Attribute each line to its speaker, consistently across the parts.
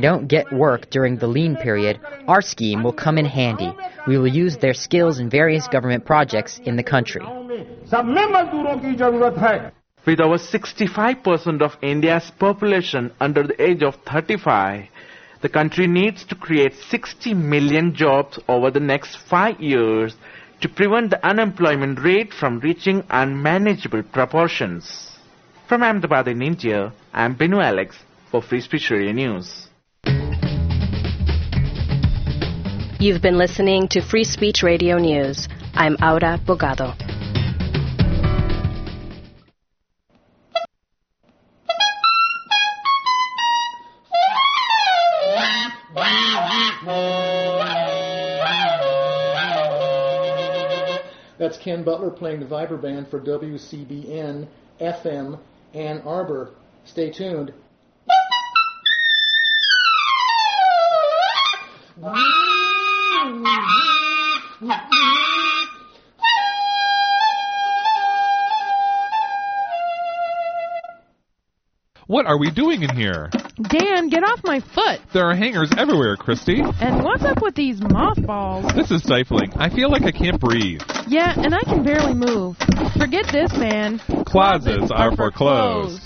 Speaker 1: don't get work during the lean period, our scheme will come in handy. We will use their skills in various government projects in the country.
Speaker 2: सब में मजदूरों की जरूरत है
Speaker 3: With over 65% of India's population under the age of 35, the country needs to create 60 million jobs over the next five years to prevent the unemployment rate from reaching unmanageable proportions. From Ahmedabad in India, I'm Binu Alex for Free Speech Radio News.
Speaker 4: You've been listening to Free Speech Radio News. I'm Aura Bogado.
Speaker 5: That's Ken Butler playing the Viper Band for WCBN FM Ann Arbor. Stay tuned.
Speaker 6: What are we doing in here?
Speaker 7: Dan, get off my foot!
Speaker 6: There are hangers everywhere, Christy.
Speaker 7: And what's up with these mothballs?
Speaker 6: This is stifling. I feel like I can't breathe.
Speaker 7: Yeah, and I can barely move. Forget this, man.
Speaker 6: Closets are for clothes.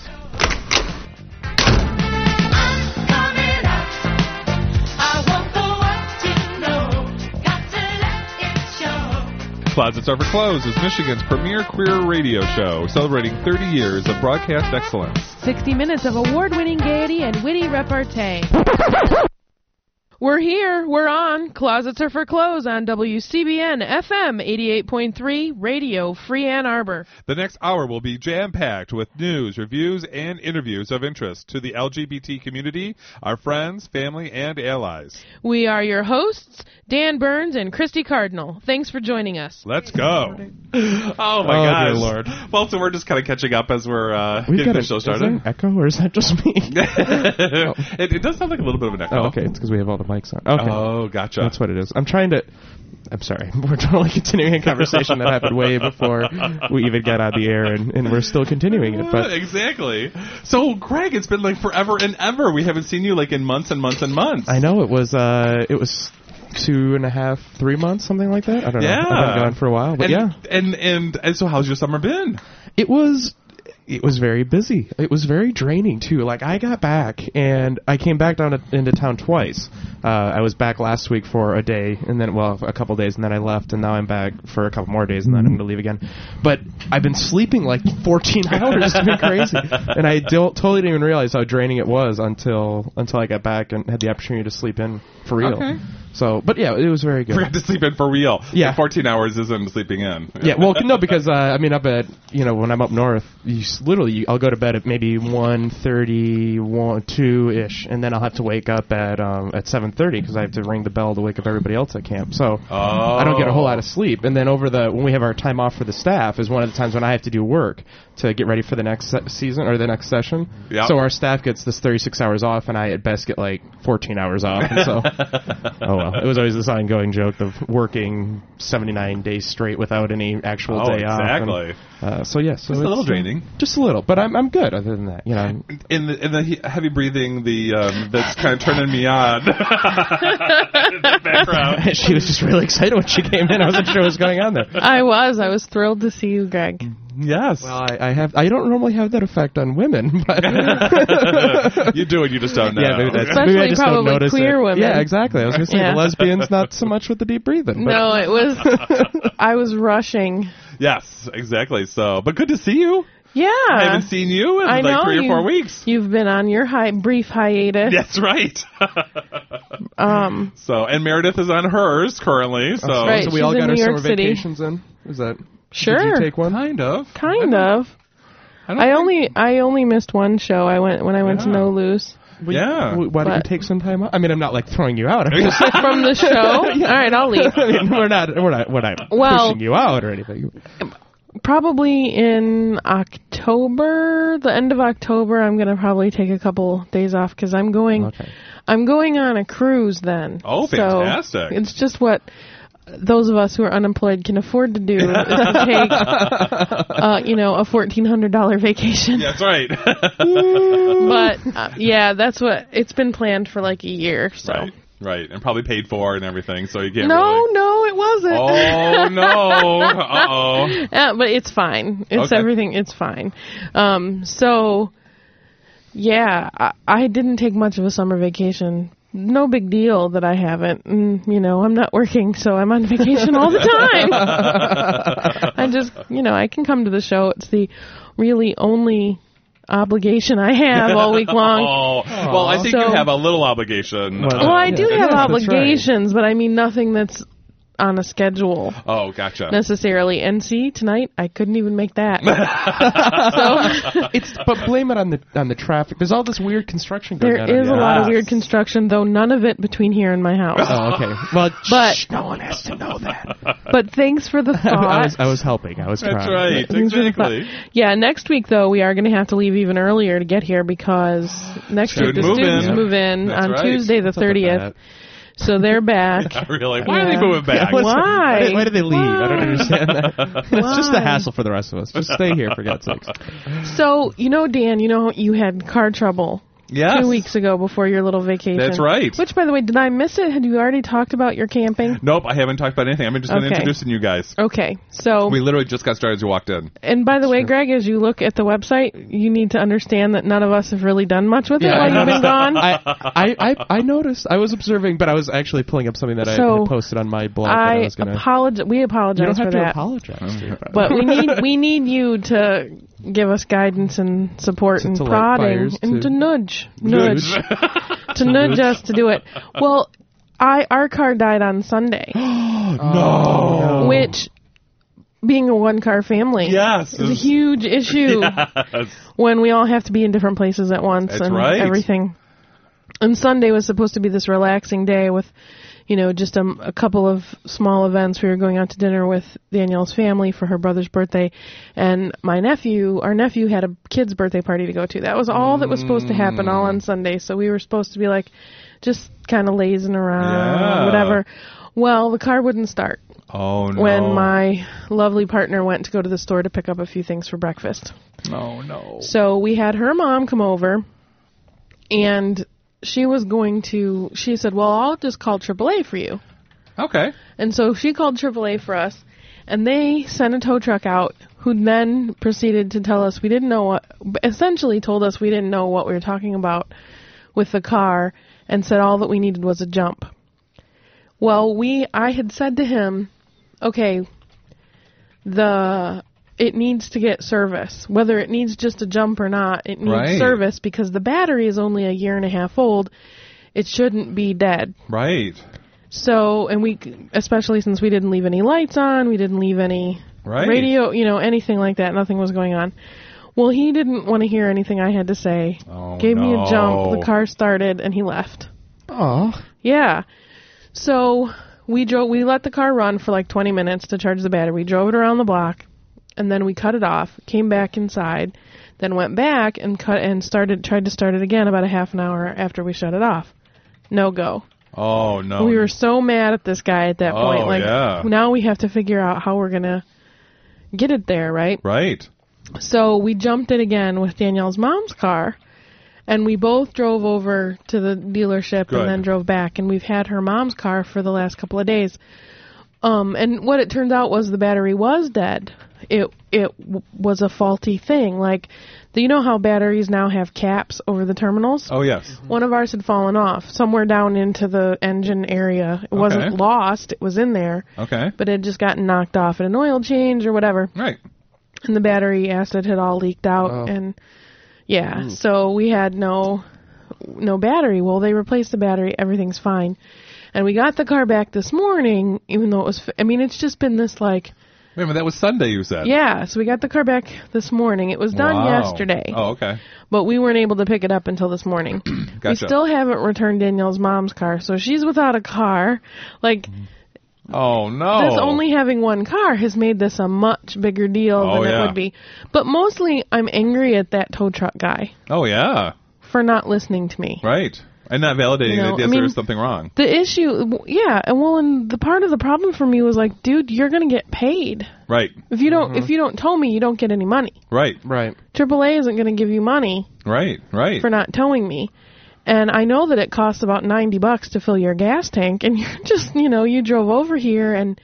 Speaker 6: Closets Are for Clothes is Michigan's premier queer radio show, celebrating 30 years of broadcast excellence.
Speaker 7: 60 minutes of award winning gaiety and witty repartee. We're here. We're on. Closets are for clothes on WCBN FM 88.3 Radio Free Ann Arbor.
Speaker 6: The next hour will be jam packed with news, reviews, and interviews of interest to the LGBT community, our friends, family, and allies.
Speaker 7: We are your hosts, Dan Burns and Christy Cardinal. Thanks for joining us.
Speaker 6: Let's go. Oh
Speaker 8: Oh,
Speaker 6: my
Speaker 8: dear
Speaker 6: gosh.
Speaker 8: Lord.
Speaker 6: Well, so we're just kind of catching up as we're uh,
Speaker 8: We've
Speaker 6: getting
Speaker 8: got a,
Speaker 6: the show
Speaker 8: is there an
Speaker 6: started.
Speaker 8: echo, or is that just me?
Speaker 6: it, it does sound like a little bit of an echo.
Speaker 8: oh, okay. It's because we have all the mics on. Okay,
Speaker 6: Oh, gotcha.
Speaker 8: that's what it is. I'm trying to. I'm sorry. We're totally continuing a conversation that happened way before we even got on the air, and, and we're still continuing it.
Speaker 6: Yeah,
Speaker 8: But
Speaker 6: exactly. So, Greg, it's been like forever and ever. We haven't seen you like in months and months and months.
Speaker 8: I know it was. Uh, it was two and a half, three months, something like that. I don't
Speaker 6: Yeah.
Speaker 8: know. I've been gone for a while, but
Speaker 6: and,
Speaker 8: yeah,
Speaker 6: And, and and so, how's your summer been?
Speaker 8: it was it was very busy. It was very draining too. Like I got back and I came back down to, into town twice. Uh, I was back last week for a day and then well a couple days and then I left and now I'm back for a couple more days and then I'm going to leave again. But I've been sleeping like 14 hours. It's been crazy. And I don't, totally didn't even realize how draining it was until until I got back and had the opportunity to sleep in for real. So, but yeah, it was very good.
Speaker 6: Forgot to sleep in for real.
Speaker 8: Yeah.
Speaker 6: Like, 14 hours isn't sleeping in.
Speaker 8: Yeah, well, no, because uh, I mean, up at you know when I'm up north, you s- literally you, I'll go to bed at maybe one thirty, one two ish, and then I'll have to wake up at um, at seven thirty because I have to ring the bell to wake up everybody else at camp. So
Speaker 6: Oh.
Speaker 8: I don't get a whole lot of sleep. And then over the when we have our time off for the staff is one of the times when I have to do work to get ready for the next se- season or the next session.
Speaker 6: Yeah.
Speaker 8: So our staff gets this thirty six hours off, and I at best get like fourteen hours off. And so oh well, it was always this ongoing joke of working seventy nine days straight without any actual
Speaker 6: Oh,
Speaker 8: day off.
Speaker 6: exactly.
Speaker 8: And, uh, so yeah, so
Speaker 6: It's a little draining.
Speaker 8: just a little, but I'm I'm good. Other than that, you know,
Speaker 6: In the, in the he- heavy breathing, the um, that's kind of turning me on. In the background.
Speaker 8: she was just really excited when she came in. I wasn't sure what was going on there.
Speaker 7: I was. I was thrilled to see you, Greg.
Speaker 6: Yes.
Speaker 8: Well, I, I have I don't normally have that effect on women, but
Speaker 6: you do it, you just don't know.
Speaker 8: Yeah, maybe that's,
Speaker 7: Especially
Speaker 8: maybe I just don't
Speaker 7: probably
Speaker 8: notice
Speaker 7: queer
Speaker 8: it.
Speaker 7: women.
Speaker 8: Yeah, exactly. I was going to say
Speaker 7: Yeah.
Speaker 8: the lesbians not so much with the deep breathing. But
Speaker 7: No, it was. I was rushing.
Speaker 6: Yes, exactly. So, but good to see you.
Speaker 7: Yeah.
Speaker 6: I haven't seen you in
Speaker 7: Uh, I
Speaker 6: like
Speaker 7: know
Speaker 6: three or
Speaker 7: you-
Speaker 6: four weeks.
Speaker 7: You've been on your hi- brief hiatus.
Speaker 6: That's right.
Speaker 7: Um,
Speaker 6: so, and Meredith is on hers currently. So,
Speaker 8: so,
Speaker 7: right.
Speaker 8: so we
Speaker 7: she's
Speaker 8: all
Speaker 7: in
Speaker 8: got
Speaker 7: New
Speaker 8: our
Speaker 7: York
Speaker 8: summer
Speaker 7: City.
Speaker 8: vacations in. Is that Did
Speaker 7: sure.
Speaker 8: you take one?
Speaker 6: kind of.
Speaker 7: Kind of.
Speaker 6: I, don't
Speaker 7: I
Speaker 6: think-
Speaker 7: only I only missed one show. I went when I went to
Speaker 6: Yeah.
Speaker 7: No Loose
Speaker 8: Well,
Speaker 6: Yeah.
Speaker 8: w- Why don't you
Speaker 7: But-
Speaker 8: take some time off? I mean, I'm not like throwing you out. I'm just,
Speaker 7: from the show. All right, I'll leave.
Speaker 8: I mean, we're not we're not we're not
Speaker 7: Well-
Speaker 8: pushing you out or anything.
Speaker 7: Probably in October, the end of October. I'm gonna probably take a couple days off because I'm going.
Speaker 8: Okay.
Speaker 7: I'm going on a cruise then.
Speaker 6: Oh,
Speaker 7: So
Speaker 6: fantastic.
Speaker 7: it's just what those of us who are unemployed can afford to do is take, uh, you know, a fourteen hundred dollar vacation.
Speaker 6: Yeah, that's right.
Speaker 7: But uh, yeah, that's what it's been planned for like a year. So
Speaker 6: right. Right. And probably paid for and everything, so you can't
Speaker 7: no,
Speaker 6: really.
Speaker 7: no, it wasn't.
Speaker 6: Oh, no. Uh oh.
Speaker 7: Uh, but it's fine. It's
Speaker 6: Okay.
Speaker 7: everything. It's fine. Um, so, yeah, I, I didn't take much of a summer vacation. No big deal that I haven't. And, you know, I'm not working, so I'm on vacation all the time. I just, you know, I can come to the show. It's the really only obligation I have all week long.
Speaker 6: Oh. Well, I think you
Speaker 7: So-
Speaker 6: have a little obligation.
Speaker 8: Well,
Speaker 6: uh,
Speaker 7: Well, I do
Speaker 8: Yeah,
Speaker 7: have
Speaker 8: that's right.
Speaker 7: obligations, but I mean nothing that's on a schedule.
Speaker 6: oh, gotcha.
Speaker 7: necessarily. And see, tonight I couldn't even make that. so
Speaker 8: It's but blame it on the on the traffic. There's all this weird construction going on.
Speaker 7: there is a
Speaker 8: on the
Speaker 7: lot of
Speaker 8: island.
Speaker 7: weird construction, though none of it between here and my house.
Speaker 8: Oh, okay. Well,
Speaker 7: But-
Speaker 8: shh, no one has to know that.
Speaker 7: But thanks for the
Speaker 8: I
Speaker 7: thought.
Speaker 8: was, I was helping. I was
Speaker 6: That's
Speaker 8: trying.
Speaker 6: right.
Speaker 7: Thanks for the thought.
Speaker 6: Exactly.
Speaker 7: Yeah, next week though we are going to have to leave even earlier to get here because next
Speaker 6: Student
Speaker 7: week the
Speaker 6: move
Speaker 7: students
Speaker 6: in.
Speaker 7: move in
Speaker 6: That's
Speaker 7: on
Speaker 6: right.
Speaker 7: Tuesday the
Speaker 8: What's up with
Speaker 7: thirtieth,
Speaker 8: that?
Speaker 7: so they're back.
Speaker 6: really? Why are they
Speaker 7: Yeah.
Speaker 6: moving back?
Speaker 8: What's-
Speaker 7: Why?
Speaker 8: Why did, why did they leave? I don't
Speaker 7: Why?
Speaker 8: understand that. it's just
Speaker 7: Why?
Speaker 8: a hassle for the rest of us. Just stay here for God's sakes.
Speaker 7: So you know, Dan, you know you had car trouble
Speaker 6: Yes.
Speaker 7: two weeks ago before your little vacation.
Speaker 6: That's right.
Speaker 7: Which, by the way, did I miss it? Had you already talked about your camping?
Speaker 6: Nope, I haven't talked about anything. I've just been
Speaker 7: Okay. Oh.
Speaker 6: introducing you guys.
Speaker 7: Okay, so
Speaker 6: We literally just got started as you walked in.
Speaker 7: And by the way, Greg, as you look at the website, you need to understand that none of us have really done much with it
Speaker 8: Yeah,
Speaker 7: while
Speaker 8: I
Speaker 7: you've been gone.
Speaker 8: I, I, I, I noticed. I was observing, but I was actually pulling up something that I
Speaker 7: So,
Speaker 8: had posted on my blog. that I
Speaker 7: I
Speaker 8: was gonna.
Speaker 7: apologize. We
Speaker 8: you don't
Speaker 7: apologize for
Speaker 8: have to
Speaker 7: that.
Speaker 8: apologize. dude.
Speaker 7: But we need we need you to give us guidance and support
Speaker 8: To-
Speaker 7: and
Speaker 8: to light
Speaker 7: prodding
Speaker 8: fires,
Speaker 7: and to
Speaker 8: to-
Speaker 7: nudge, nudge, to nudge us to do it. Well, I our car died on Sunday, Oh.
Speaker 8: Oh.
Speaker 6: No.
Speaker 7: which being a one car family
Speaker 6: Yes.
Speaker 7: is a huge issue.
Speaker 6: Yes.
Speaker 7: when we all have to be in different places at once
Speaker 6: That's
Speaker 7: and
Speaker 6: right.
Speaker 7: everything. And Sunday was supposed to be this relaxing day with, you know, just um, a couple of small events. We were going out to dinner with Danielle's family for her brother's birthday, and my nephew, our nephew, had a kid's birthday party to go to. That was all that was supposed to happen all
Speaker 6: Mm.
Speaker 7: on Sunday. So we were supposed to be like, just kind of lazing around,
Speaker 6: Yeah.
Speaker 7: whatever. Well, the car wouldn't start
Speaker 6: Oh no.
Speaker 7: when my lovely partner went to go to the store to pick up a few things for breakfast.
Speaker 6: Oh no.
Speaker 7: So we had her mom come over, and she was going to. She said, "Well, I'll just call AAA for you."
Speaker 6: Okay.
Speaker 7: And so she called AAA for us, and they sent a tow truck out, who then proceeded to tell us we didn't know what. Essentially, told us we didn't know what we were talking about with the car, and said all that we needed was a jump. Well, we I had said to him, "Okay, the it needs to get service. Whether it needs just a jump or not, it needs
Speaker 6: Right.
Speaker 7: service because the battery is only a year and a half old. It shouldn't be dead.
Speaker 6: Right.
Speaker 7: So, and we, especially since we didn't leave any lights on, we didn't leave any
Speaker 6: Right.
Speaker 7: radio, you know, anything like that. Nothing was going on. Well, he didn't want to hear anything I had to say.
Speaker 6: Oh,
Speaker 7: Gave me a jump.
Speaker 6: no.
Speaker 7: The car started, and he left.
Speaker 8: Aw.
Speaker 7: Yeah. So we drove. We let the car run for like 20 minutes to charge the battery. We drove it around the block, and then we cut it off. Came back inside, then went back and cut and started. Tried to start it again about a half an hour after we shut it off. No go.
Speaker 6: Oh no.
Speaker 7: We were so mad at this guy at that
Speaker 6: Oh,
Speaker 7: point. Like
Speaker 6: yeah.
Speaker 7: now we have to figure out how we're gonna get it there, right?
Speaker 6: Right.
Speaker 7: So we jumped it again with Danielle's mom's car, and we both drove over to the dealership
Speaker 6: Good.
Speaker 7: and then drove back. And we've had her mom's car for the last couple of days. Um, and what it turned out was the battery was dead. It it w- was a faulty thing. Like, do you know how batteries now have caps over the terminals?
Speaker 6: Oh yes.
Speaker 7: One of ours had fallen off somewhere down into the engine area. It
Speaker 6: Okay.
Speaker 7: wasn't lost, it was in there,
Speaker 6: Okay.
Speaker 7: but it had just gotten knocked off at an oil change or whatever.
Speaker 6: Right.
Speaker 7: And the battery acid had all leaked out
Speaker 6: Oh.
Speaker 7: and yeah,
Speaker 6: Hmm.
Speaker 7: so we had no no battery. Well, they replaced the battery, everything's fine. And we got the car back this morning even though it was f- I mean, it's just been this like
Speaker 6: Wait a minute. That was Sunday. You said.
Speaker 7: yeah, so we got the car back this morning. It was done
Speaker 6: Wow.
Speaker 7: yesterday
Speaker 6: Oh okay.
Speaker 7: but we weren't able to pick it up until this morning. We
Speaker 6: Gotcha.
Speaker 7: still haven't returned Danielle's mom's car, so she's without a car. Like
Speaker 6: Oh no.
Speaker 7: this only having one car has made this a much bigger deal
Speaker 6: Oh,
Speaker 7: than
Speaker 6: yeah.
Speaker 7: it would be. But mostly I'm angry at that tow truck guy
Speaker 6: Oh yeah.
Speaker 7: for not listening to me.
Speaker 6: Right. and not validating
Speaker 7: You know,
Speaker 6: the idea that
Speaker 7: I
Speaker 6: there
Speaker 7: mean-
Speaker 6: was something wrong.
Speaker 7: The issue, w- yeah, and well, and the part of the problem for me was like, dude, you're gonna get paid
Speaker 6: Right,
Speaker 7: if you don't
Speaker 6: Mm-hmm.
Speaker 7: if you don't tow me, you don't get any money.
Speaker 6: right,
Speaker 8: Right.
Speaker 7: AAA isn't gonna give you money
Speaker 6: right, right.
Speaker 7: for not towing me, and I know that it costs about ninety bucks to fill your gas tank, and you're just you know you drove over here and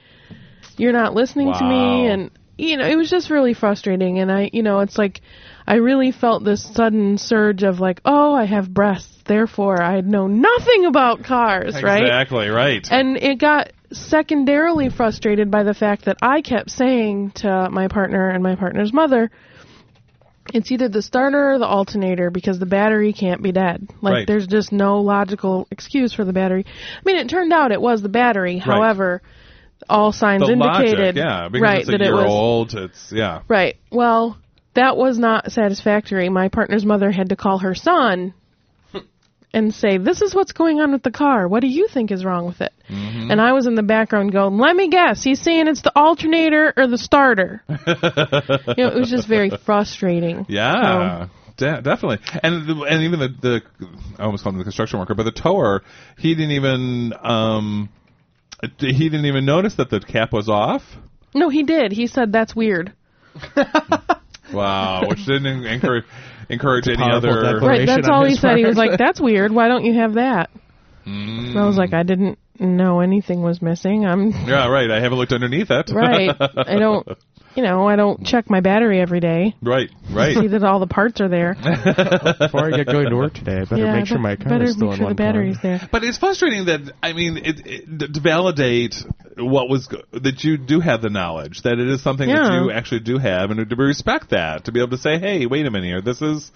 Speaker 7: you're not listening to
Speaker 6: Wow.
Speaker 7: me, and you know it was just really frustrating, and I you know it's like I really felt this sudden surge of like, oh, I have breasts, therefore I know nothing about cars, right?
Speaker 6: Exactly, right.
Speaker 7: And it got secondarily frustrated by the fact that I kept saying to my partner and my partner's mother, it's either the starter or the alternator because the battery can't be dead. Like
Speaker 6: Right.
Speaker 7: there's just no logical excuse for the battery. I mean, it turned out it was the battery. However, all signs
Speaker 6: the logic,
Speaker 7: indicated
Speaker 6: yeah, because
Speaker 7: right
Speaker 6: it's a
Speaker 7: that
Speaker 6: year
Speaker 7: it was
Speaker 6: old. It's yeah,
Speaker 7: Right. Well, that was not satisfactory. My partner's mother had to call her son and say, This is what's going on with the car. What do you think is wrong with it?
Speaker 8: Mm-hmm.
Speaker 7: And I was in the background going, Let me guess. He's saying it's the alternator or the starter. you know, it was just very frustrating.
Speaker 6: yeah. De- definitely, and the, and even the the I almost called him the construction worker, but the tower he didn't even um he didn't even notice that the cap was off.
Speaker 7: No, he did. He said, That's weird.
Speaker 6: Wow, which didn't encourage encourage any
Speaker 8: powerful
Speaker 6: other.
Speaker 8: declaration.
Speaker 7: Right. That's
Speaker 8: on
Speaker 7: all he
Speaker 8: his
Speaker 7: said. He
Speaker 8: part. Mm.
Speaker 7: was like, That's weird. Why don't you have that? And I was like, I didn't know anything was missing. I'm
Speaker 6: Yeah, right. I haven't looked underneath it.
Speaker 7: right. I don't. You know, I don't check my battery every day.
Speaker 6: right, right.
Speaker 7: see that all the parts are there.
Speaker 8: Before I get going to work today, I better
Speaker 7: yeah,
Speaker 8: make sure
Speaker 7: but
Speaker 8: my car
Speaker 7: better
Speaker 8: is still
Speaker 7: make
Speaker 8: in
Speaker 7: sure
Speaker 8: one
Speaker 7: the battery's
Speaker 8: corner.
Speaker 7: there.
Speaker 6: But it's frustrating that I mean, it, it, to validate what was go- that you do have the knowledge that it is something that
Speaker 7: Yeah.
Speaker 6: you actually do have, and to respect that, to be able to say, "Hey, wait a minute here. This is,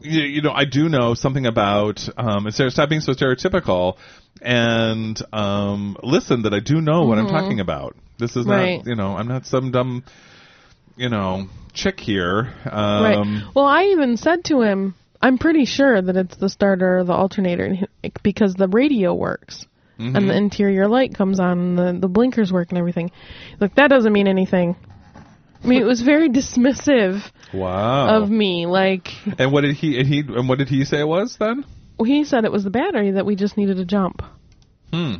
Speaker 6: you, you know, I do know something about." Um, instead of stop being so stereotypical and um, listen, that I do know what I'm talking about. This is
Speaker 7: Mm-hmm. Right.
Speaker 6: not, you know, I'm not some dumb, you know, chick here.
Speaker 7: Right.
Speaker 6: Um,
Speaker 7: well, I even said to him, "I'm pretty sure that it's the starter or the alternator and he- because the radio works
Speaker 8: Mm-hmm.
Speaker 7: and the interior light comes on and the the blinkers work and everything." Like that doesn't mean anything. I mean, it was very dismissive
Speaker 6: Wow.
Speaker 8: Oh.
Speaker 7: of me. Like
Speaker 6: and what did he and he and what did he say it was then?
Speaker 7: he said, it was the battery that we just needed to jump. Hmm.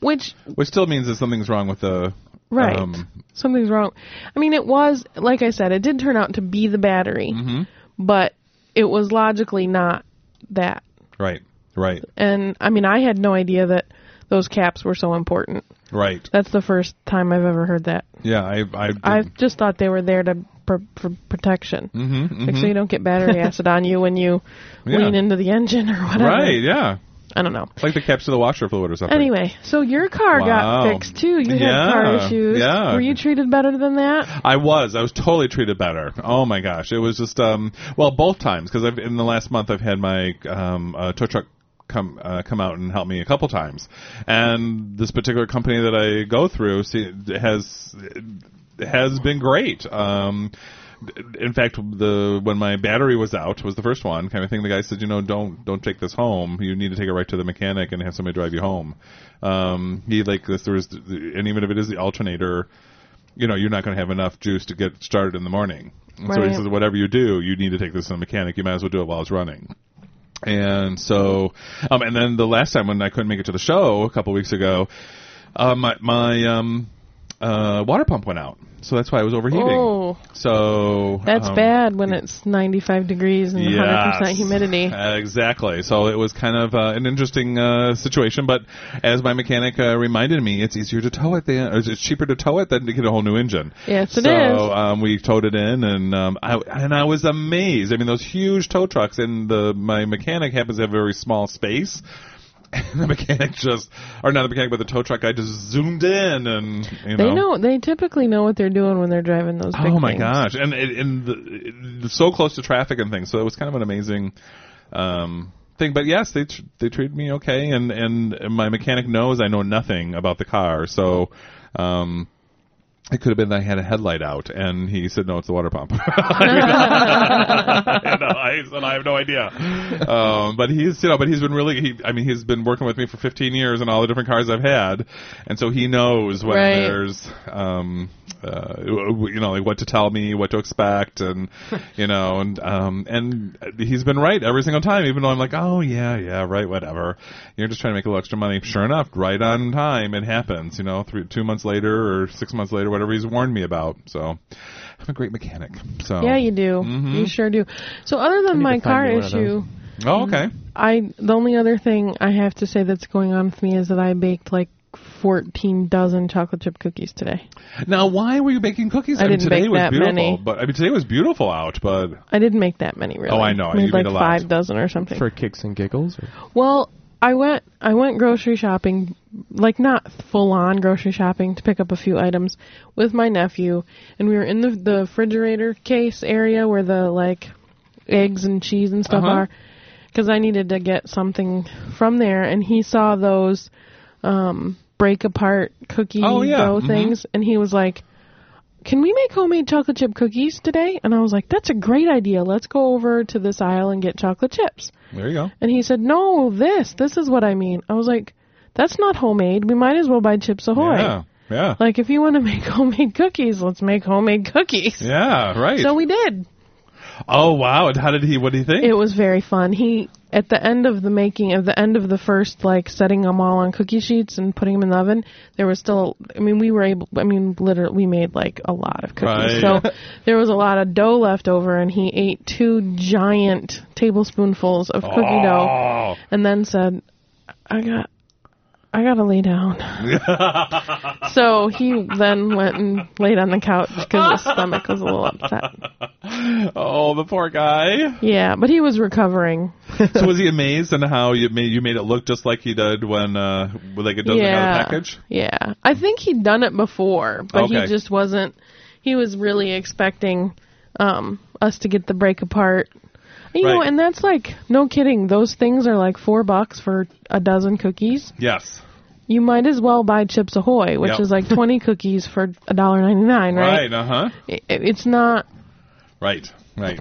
Speaker 7: Which
Speaker 6: Which still means that something's wrong with the
Speaker 7: Right.
Speaker 6: Um,
Speaker 7: Something's wrong. I mean, it was, like I said, it did turn out to be the battery,
Speaker 6: Mm-hmm.
Speaker 7: but it was logically not that.
Speaker 6: right, right,
Speaker 7: And I mean, I had no idea that those caps were so important.
Speaker 6: right.
Speaker 7: That's the first time I've ever heard that.
Speaker 6: Yeah, I, I, didn't-
Speaker 7: I just thought they were there to pr- for protection. Mm-hmm, Like, so you don't get battery acid on you when you
Speaker 6: Yeah.
Speaker 7: lean into the engine or whatever.
Speaker 6: right, yeah,
Speaker 7: I don't know.
Speaker 6: like the caps to the washer fluid or something.
Speaker 7: Anyway, so your car
Speaker 6: Wow.
Speaker 7: got fixed too. You
Speaker 6: Yeah,
Speaker 7: had car issues.
Speaker 6: yeah.
Speaker 7: Were you treated better than that?
Speaker 6: I was, I was totally treated better. Oh my gosh, it was just, um, well, both times because I've in the last month I've had my um, uh, tow truck. Come uh, come out and help me a couple times, and this particular company that I go through see, has has been great. Um, in fact, the when my battery was out was the first one kind of thing. The guy said, you know, don't don't take this home. You need to take it right to the mechanic and have somebody drive you home. Um, he like this there was, and even if it is the alternator, you know, you're not going to have enough juice to get started in the morning. And So he
Speaker 7: Right.
Speaker 6: says, whatever you do, you need to take this to the mechanic. You might as well do it while it's running. And so, um, and then the last time when I couldn't make it to the show a couple weeks ago, uh, my my um, uh, water pump went out, so that's why I was overheating.
Speaker 7: Oh.
Speaker 6: so
Speaker 7: That's
Speaker 6: um,
Speaker 7: bad when it's 95 degrees and 100%
Speaker 6: yes.
Speaker 7: humidity.
Speaker 6: Uh, exactly. So it was kind of uh, an interesting uh, situation, but as my mechanic uh, reminded me, it's easier to tow it than, or it's cheaper to tow it than to get a whole new engine.
Speaker 7: Yes, it
Speaker 6: so,
Speaker 7: is.
Speaker 6: um, we towed it in, and um, I and I was amazed. I mean, those huge tow trucks, and the my mechanic happens to have a very small space. And the mechanic just, or not the mechanic, but the tow truck guy just zoomed in, and you
Speaker 7: They know. They typically know what they're doing when they're driving those. Big
Speaker 6: Oh my
Speaker 7: things.
Speaker 6: gosh! And it- and the, it- so close to traffic and things, so it was kind of an amazing um, thing. But yes, they tr- they treated me okay, and and my mechanic knows I know nothing about the car, so. Um, it could have been that I had a headlight out, and he said, "No, it's the water pump." you know, I said I have no idea. Um, but he's you know, but he's been really. He, I mean, he's been working with me for 15 years and all the different cars I've had, and so he knows when
Speaker 7: Right.
Speaker 6: there's um, uh, you know, like what to tell me, what to expect, and you know, and um, and he's been right every single time, even though I'm like, oh yeah, yeah, right, whatever. You're just trying to make a little extra money. Sure enough, right on time, it happens. You know, three, two months later or six months later, whatever he's warned me about. So I'm a great mechanic. So
Speaker 7: Yeah, you do.
Speaker 6: Mhm.
Speaker 7: You sure do. So other than my
Speaker 8: to find
Speaker 7: car
Speaker 8: me one of
Speaker 7: issue,
Speaker 8: those.
Speaker 6: Oh, okay.
Speaker 7: I the only other thing I have to say that's going on with me is that I baked like 14 dozen chocolate chip cookies today.
Speaker 6: Now, why were you baking cookies?
Speaker 7: I
Speaker 6: mean,
Speaker 7: didn't
Speaker 6: today
Speaker 7: bake
Speaker 6: was
Speaker 7: that
Speaker 6: beautiful,
Speaker 7: many.
Speaker 6: but I mean, today was beautiful out, but
Speaker 7: I didn't make that many really.
Speaker 6: Oh, I know.
Speaker 7: I made
Speaker 6: You
Speaker 7: like
Speaker 6: made a lot.
Speaker 7: 5 dozen or something.
Speaker 8: for kicks and giggles. Or?
Speaker 7: Well, I went I went grocery shopping, like not full on grocery shopping to pick up a few items with my nephew, and we were in the the refrigerator case area where the like eggs and cheese and stuff
Speaker 6: Uh-huh.
Speaker 7: are, because I needed to get something from there, and he saw those um, break apart cookie
Speaker 6: Oh, yeah.
Speaker 7: dough
Speaker 6: Mhm.
Speaker 7: things, and he was like. Can we make homemade chocolate chip cookies today? And I was like, that's a great idea. Let's go over to this aisle and get chocolate chips.
Speaker 6: there you go.
Speaker 7: And he said, "No, this. This is what I mean." I was like, "That's not homemade. We might as well buy Chips Ahoy.
Speaker 6: Yeah, yeah,
Speaker 7: Like, if you want to make homemade cookies, let's make homemade cookies."
Speaker 6: yeah. Right.
Speaker 7: So we did.
Speaker 6: oh wow! And how did he? What do you think?
Speaker 7: It was very fun. He at the end of the making, at the end of the first like setting them all on cookie sheets and putting them in the oven, there was still. I mean, we were able. I mean, literally, we made like a lot of
Speaker 6: Right.
Speaker 7: cookies. So there was a lot of dough left over, and he ate two giant tablespoonfuls of cookie dough.
Speaker 6: oh.
Speaker 7: and then said, "I got, I gotta lay down." so he then went and laid on the couch because his stomach was a little upset.
Speaker 6: Oh, the poor guy.
Speaker 7: Yeah, but he was recovering.
Speaker 6: so was he amazed in how you made you made it look just like he did when uh like it does like out of
Speaker 7: yeah,
Speaker 6: the package?
Speaker 7: yeah. I think he'd done it before, but
Speaker 6: Okay.
Speaker 7: he just wasn't. He was really expecting um, us to get the break apart. You know,
Speaker 6: Right.
Speaker 7: and that's like no kidding. Those things are like four bucks for a dozen cookies.
Speaker 6: Yes.
Speaker 7: you might as well buy Chips Ahoy, which
Speaker 6: Yep.
Speaker 7: is like 20 cookies for $1.99, right?
Speaker 6: Right. Uh huh.
Speaker 7: I it's not.
Speaker 6: Right. Right.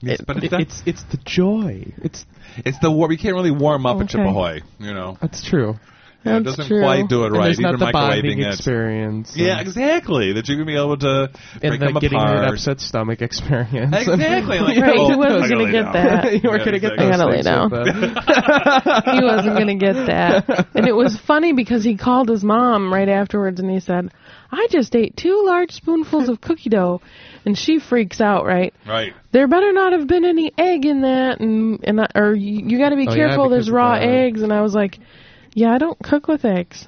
Speaker 6: Yes, but it's, that, it's
Speaker 8: It's it's the joy. It's
Speaker 6: it's the war. We can't really warm up a Chip
Speaker 7: Okay.
Speaker 6: Ahoy, you know.
Speaker 8: that's true.
Speaker 6: Yeah, it
Speaker 7: That's
Speaker 6: doesn't
Speaker 7: true.
Speaker 6: quite do it
Speaker 8: And
Speaker 6: right.
Speaker 8: there's not
Speaker 6: Even
Speaker 8: the bonding
Speaker 6: microwaving it.
Speaker 8: experience.
Speaker 6: Yeah,
Speaker 8: and,
Speaker 6: exactly. That you're gonna be able to break
Speaker 8: and the
Speaker 6: them
Speaker 8: getting
Speaker 6: apart.
Speaker 8: an upset stomach experience.
Speaker 6: Exactly. Like,
Speaker 7: Right,
Speaker 6: oh,
Speaker 7: who wasn't
Speaker 6: I gotta
Speaker 7: gonna
Speaker 6: lay
Speaker 7: get
Speaker 6: down.
Speaker 7: that?
Speaker 8: you weren't
Speaker 6: Yeah,
Speaker 8: gonna get
Speaker 6: exactly.
Speaker 8: those
Speaker 7: I gotta lay
Speaker 8: things
Speaker 7: down.
Speaker 8: with them.
Speaker 7: He wasn't going to get that. And it was funny because he called his mom right afterwards and he said, I just ate two large spoonfuls of cookie dough. And she freaks out, right?
Speaker 6: Right.
Speaker 7: There better not have been any egg in that. And, and I, or you, you got to be
Speaker 8: Oh, yeah,
Speaker 7: careful, there's
Speaker 8: because of
Speaker 7: raw
Speaker 8: the-
Speaker 7: eggs. And I was like, yeah, I don't cook with eggs.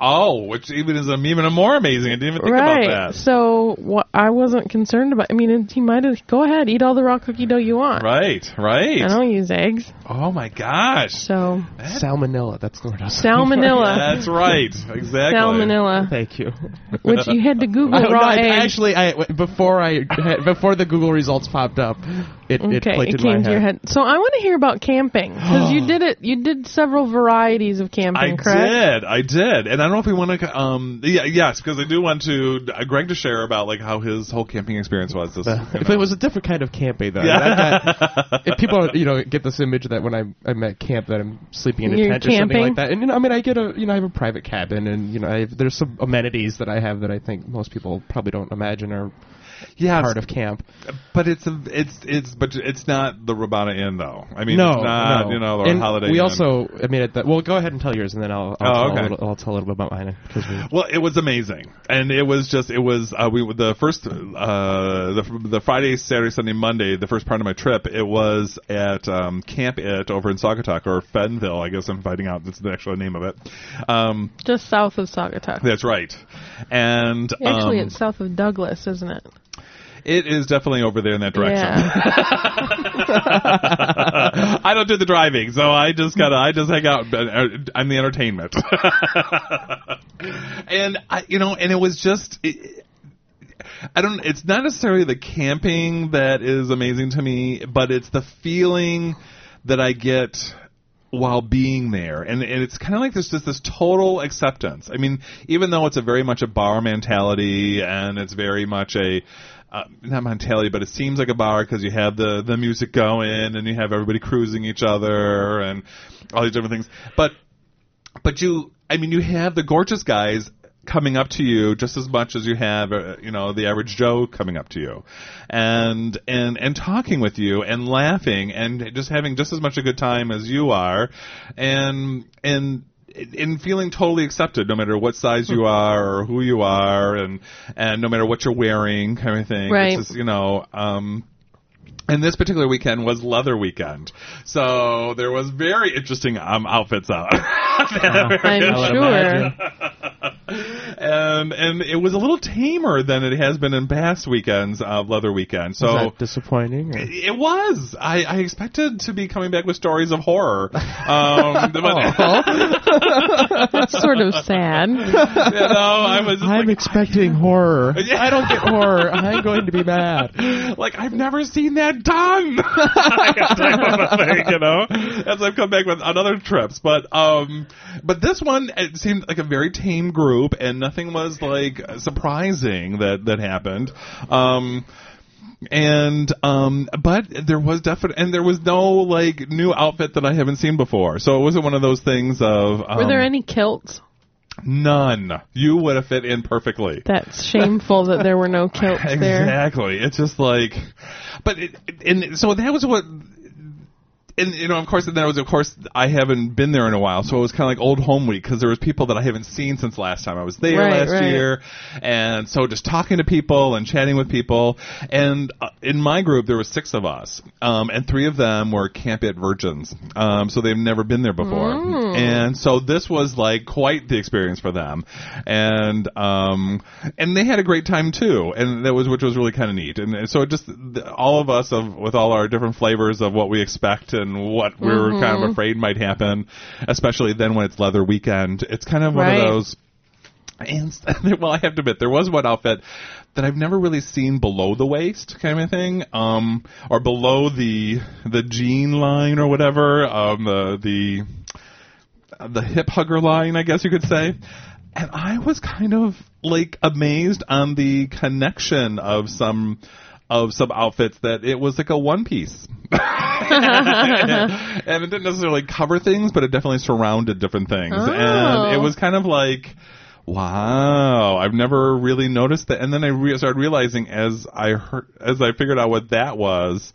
Speaker 6: Oh, which even is um, even more amazing. I didn't even think
Speaker 7: right.
Speaker 6: about that.
Speaker 7: So wha- I wasn't concerned about. I mean, it, he might have. Go ahead, eat all the raw cookie dough you want.
Speaker 6: Right.
Speaker 7: I
Speaker 6: Right.
Speaker 7: don't use eggs,
Speaker 6: Oh my gosh.
Speaker 7: so uh,
Speaker 8: Salmonella. That's the word I was
Speaker 7: salmonella,
Speaker 6: That's right. Exactly.
Speaker 7: salmonella,
Speaker 8: Thank you.
Speaker 7: which you had to Google
Speaker 8: I don't
Speaker 7: raw
Speaker 8: know, I-
Speaker 7: eggs.
Speaker 8: Actually, I w- before I had- before the Google results popped up, it, it
Speaker 7: okay,
Speaker 8: clicked
Speaker 7: it
Speaker 8: in my
Speaker 7: came
Speaker 8: head.
Speaker 7: to your head. So I want to hear about camping because you did it. You did several varieties of camping,
Speaker 6: I
Speaker 7: correct?
Speaker 6: did, I did, and I don't know if we want to. Um, yeah, yes, because I do want to uh, Greg to share about like how his whole camping experience was. This, you
Speaker 8: If
Speaker 6: know.
Speaker 8: it was a different kind of camping, though,
Speaker 6: Yeah.
Speaker 8: that got- if people you know get this image that when I'm, I'm at camp that I'm sleeping in a
Speaker 7: You're
Speaker 8: tent or something
Speaker 7: camping?
Speaker 8: like that, and you know, I mean, I get a you know I have a private cabin, and you know, I have, there's some amenities that I have that I think most people probably don't imagine are
Speaker 6: yes,
Speaker 8: part of camp.
Speaker 6: but it's a, it's it's but it's not the Rabana Inn though. I mean,
Speaker 8: no,
Speaker 6: it's not
Speaker 8: no.
Speaker 6: you know the
Speaker 8: and
Speaker 6: Holiday.
Speaker 8: We
Speaker 6: Inn.
Speaker 8: also, I mean, at the, well, go ahead and tell yours, and then I'll, I'll,
Speaker 6: Oh,
Speaker 8: tell,
Speaker 6: okay.
Speaker 8: a little, I'll tell a little bit about mine. 'cause we-
Speaker 6: Well, it was amazing, and it was just it was uh, we the first uh, the the Friday, Saturday, Sunday, Monday, the first part of my trip. It was at um, Camp It over in Saugatuck or Fenville, I guess I'm finding out that's the actual name of it. Um,
Speaker 7: Just south of Saugatuck.
Speaker 6: that's right, and
Speaker 7: Actually,
Speaker 6: um,
Speaker 7: it's south of Douglas, isn't it?
Speaker 6: it is definitely over there in that direction.
Speaker 7: Yeah.
Speaker 6: I don't do the driving, so I just gotta, I just hang out. but, uh, I'm the entertainment. and I, you know, and it was just. It, I don't. It's not necessarily the camping that is amazing to me, but it's the feeling that I get while being there, and, and it's kind of like there's just this total acceptance. I mean, even though it's a very much a bar mentality, and it's very much a uh, not mentality, but it seems like a bar because you have the the music going, and you have everybody cruising each other, and all these different things. But but you, I mean, you have the gorgeous guys coming up to you just as much as you have, uh, you know, the average Joe coming up to you, and and and talking with you and laughing and just having just as much a good time as you are, and and in feeling totally accepted no matter what size you are or who you are and and no matter what you're wearing kind of thing
Speaker 7: Right.
Speaker 6: It's just, you know um and this particular weekend was leather weekend so there was very interesting um outfits out
Speaker 7: I'm
Speaker 8: would
Speaker 7: sure.
Speaker 8: imagine.
Speaker 6: and Um, and it was a little tamer than it has been in past weekends of leather weekend so
Speaker 8: Is that disappointing? or-
Speaker 6: it was. I, I expected to be coming back with stories of horror. Um, but,
Speaker 7: That's sort of sad.
Speaker 6: you know, I was just
Speaker 8: I'm
Speaker 6: like,
Speaker 8: expecting horror. I don't get horror. I'm going to be mad.
Speaker 6: like I've never seen that done. That type of a thing, you know, as I've come back with on other trips, but um, but this one it seemed like a very tame group, and nothing was like surprising that that happened. Um. And um, but there was definite, and there was no like new outfit that I haven't seen before. So it wasn't one of those things of um,
Speaker 7: Were there any kilts?
Speaker 6: none. You would have fit in perfectly.
Speaker 7: That's shameful that there were no kilts there.
Speaker 6: Exactly. It's just like, but it, and so that was what. And you know, of course, and that was of course I haven't been there in a while, so it was kind of like old home week because there was people that I haven't seen since last time I was there
Speaker 7: Right,
Speaker 6: last
Speaker 7: right.
Speaker 6: year, and so just talking to people and chatting with people. And uh, in my group, there was six of us, um, and three of them were Camp It virgins, um, so they've never been there before, and so this was like quite the experience for them, and um, and they had a great time too, and that was which was really kind of neat, and, and so it just th- all of us of with all our different flavors of what we expect and what we were kind of afraid might happen, especially then when it's leather weekend, it's kind of one
Speaker 7: Right.
Speaker 6: of those. And well, I have to admit, there was one outfit that I've never really seen below the waist, kind of thing, um, or below the the jean line or whatever, um, the the the hip hugger line, I guess you could say. And I was kind of like amazed on the connection of some of some outfits that it was like a one piece. and it didn't necessarily cover things, but it definitely surrounded different things. And it was kind of like Wow, I've never really noticed that. And then I re- started realizing as I heard, as I figured out what that was,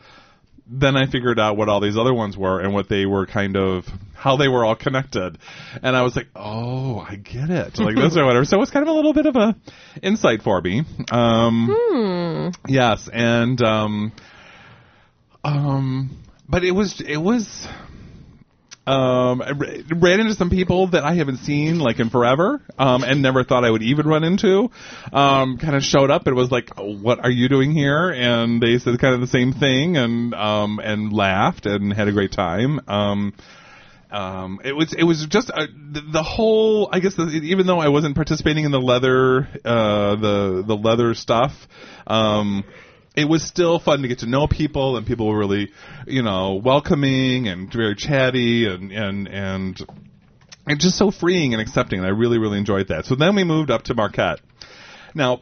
Speaker 6: then I figured out what all these other ones were and what they were kind of how they were all connected, and I was like, oh, I get it, like this or whatever. So it's kind of a little bit of a insight for me. Um, Yes, and um, um, but it was it was. Um, I ra- ran into some people that I haven't seen like in forever, um, and never thought I would even run into. Um, kind of showed up and was like, "What are you doing here?" And they said kind of the same thing, and um, and laughed and had a great time. Um, um, it was it was just uh, the, the whole. I guess the, even though I wasn't participating in the leather uh, the the leather stuff, um, it was still fun to get to know people, and people were really you know welcoming and very chatty and and and and just so freeing and accepting. And I really really enjoyed that. So then we moved up to Marquette. Now,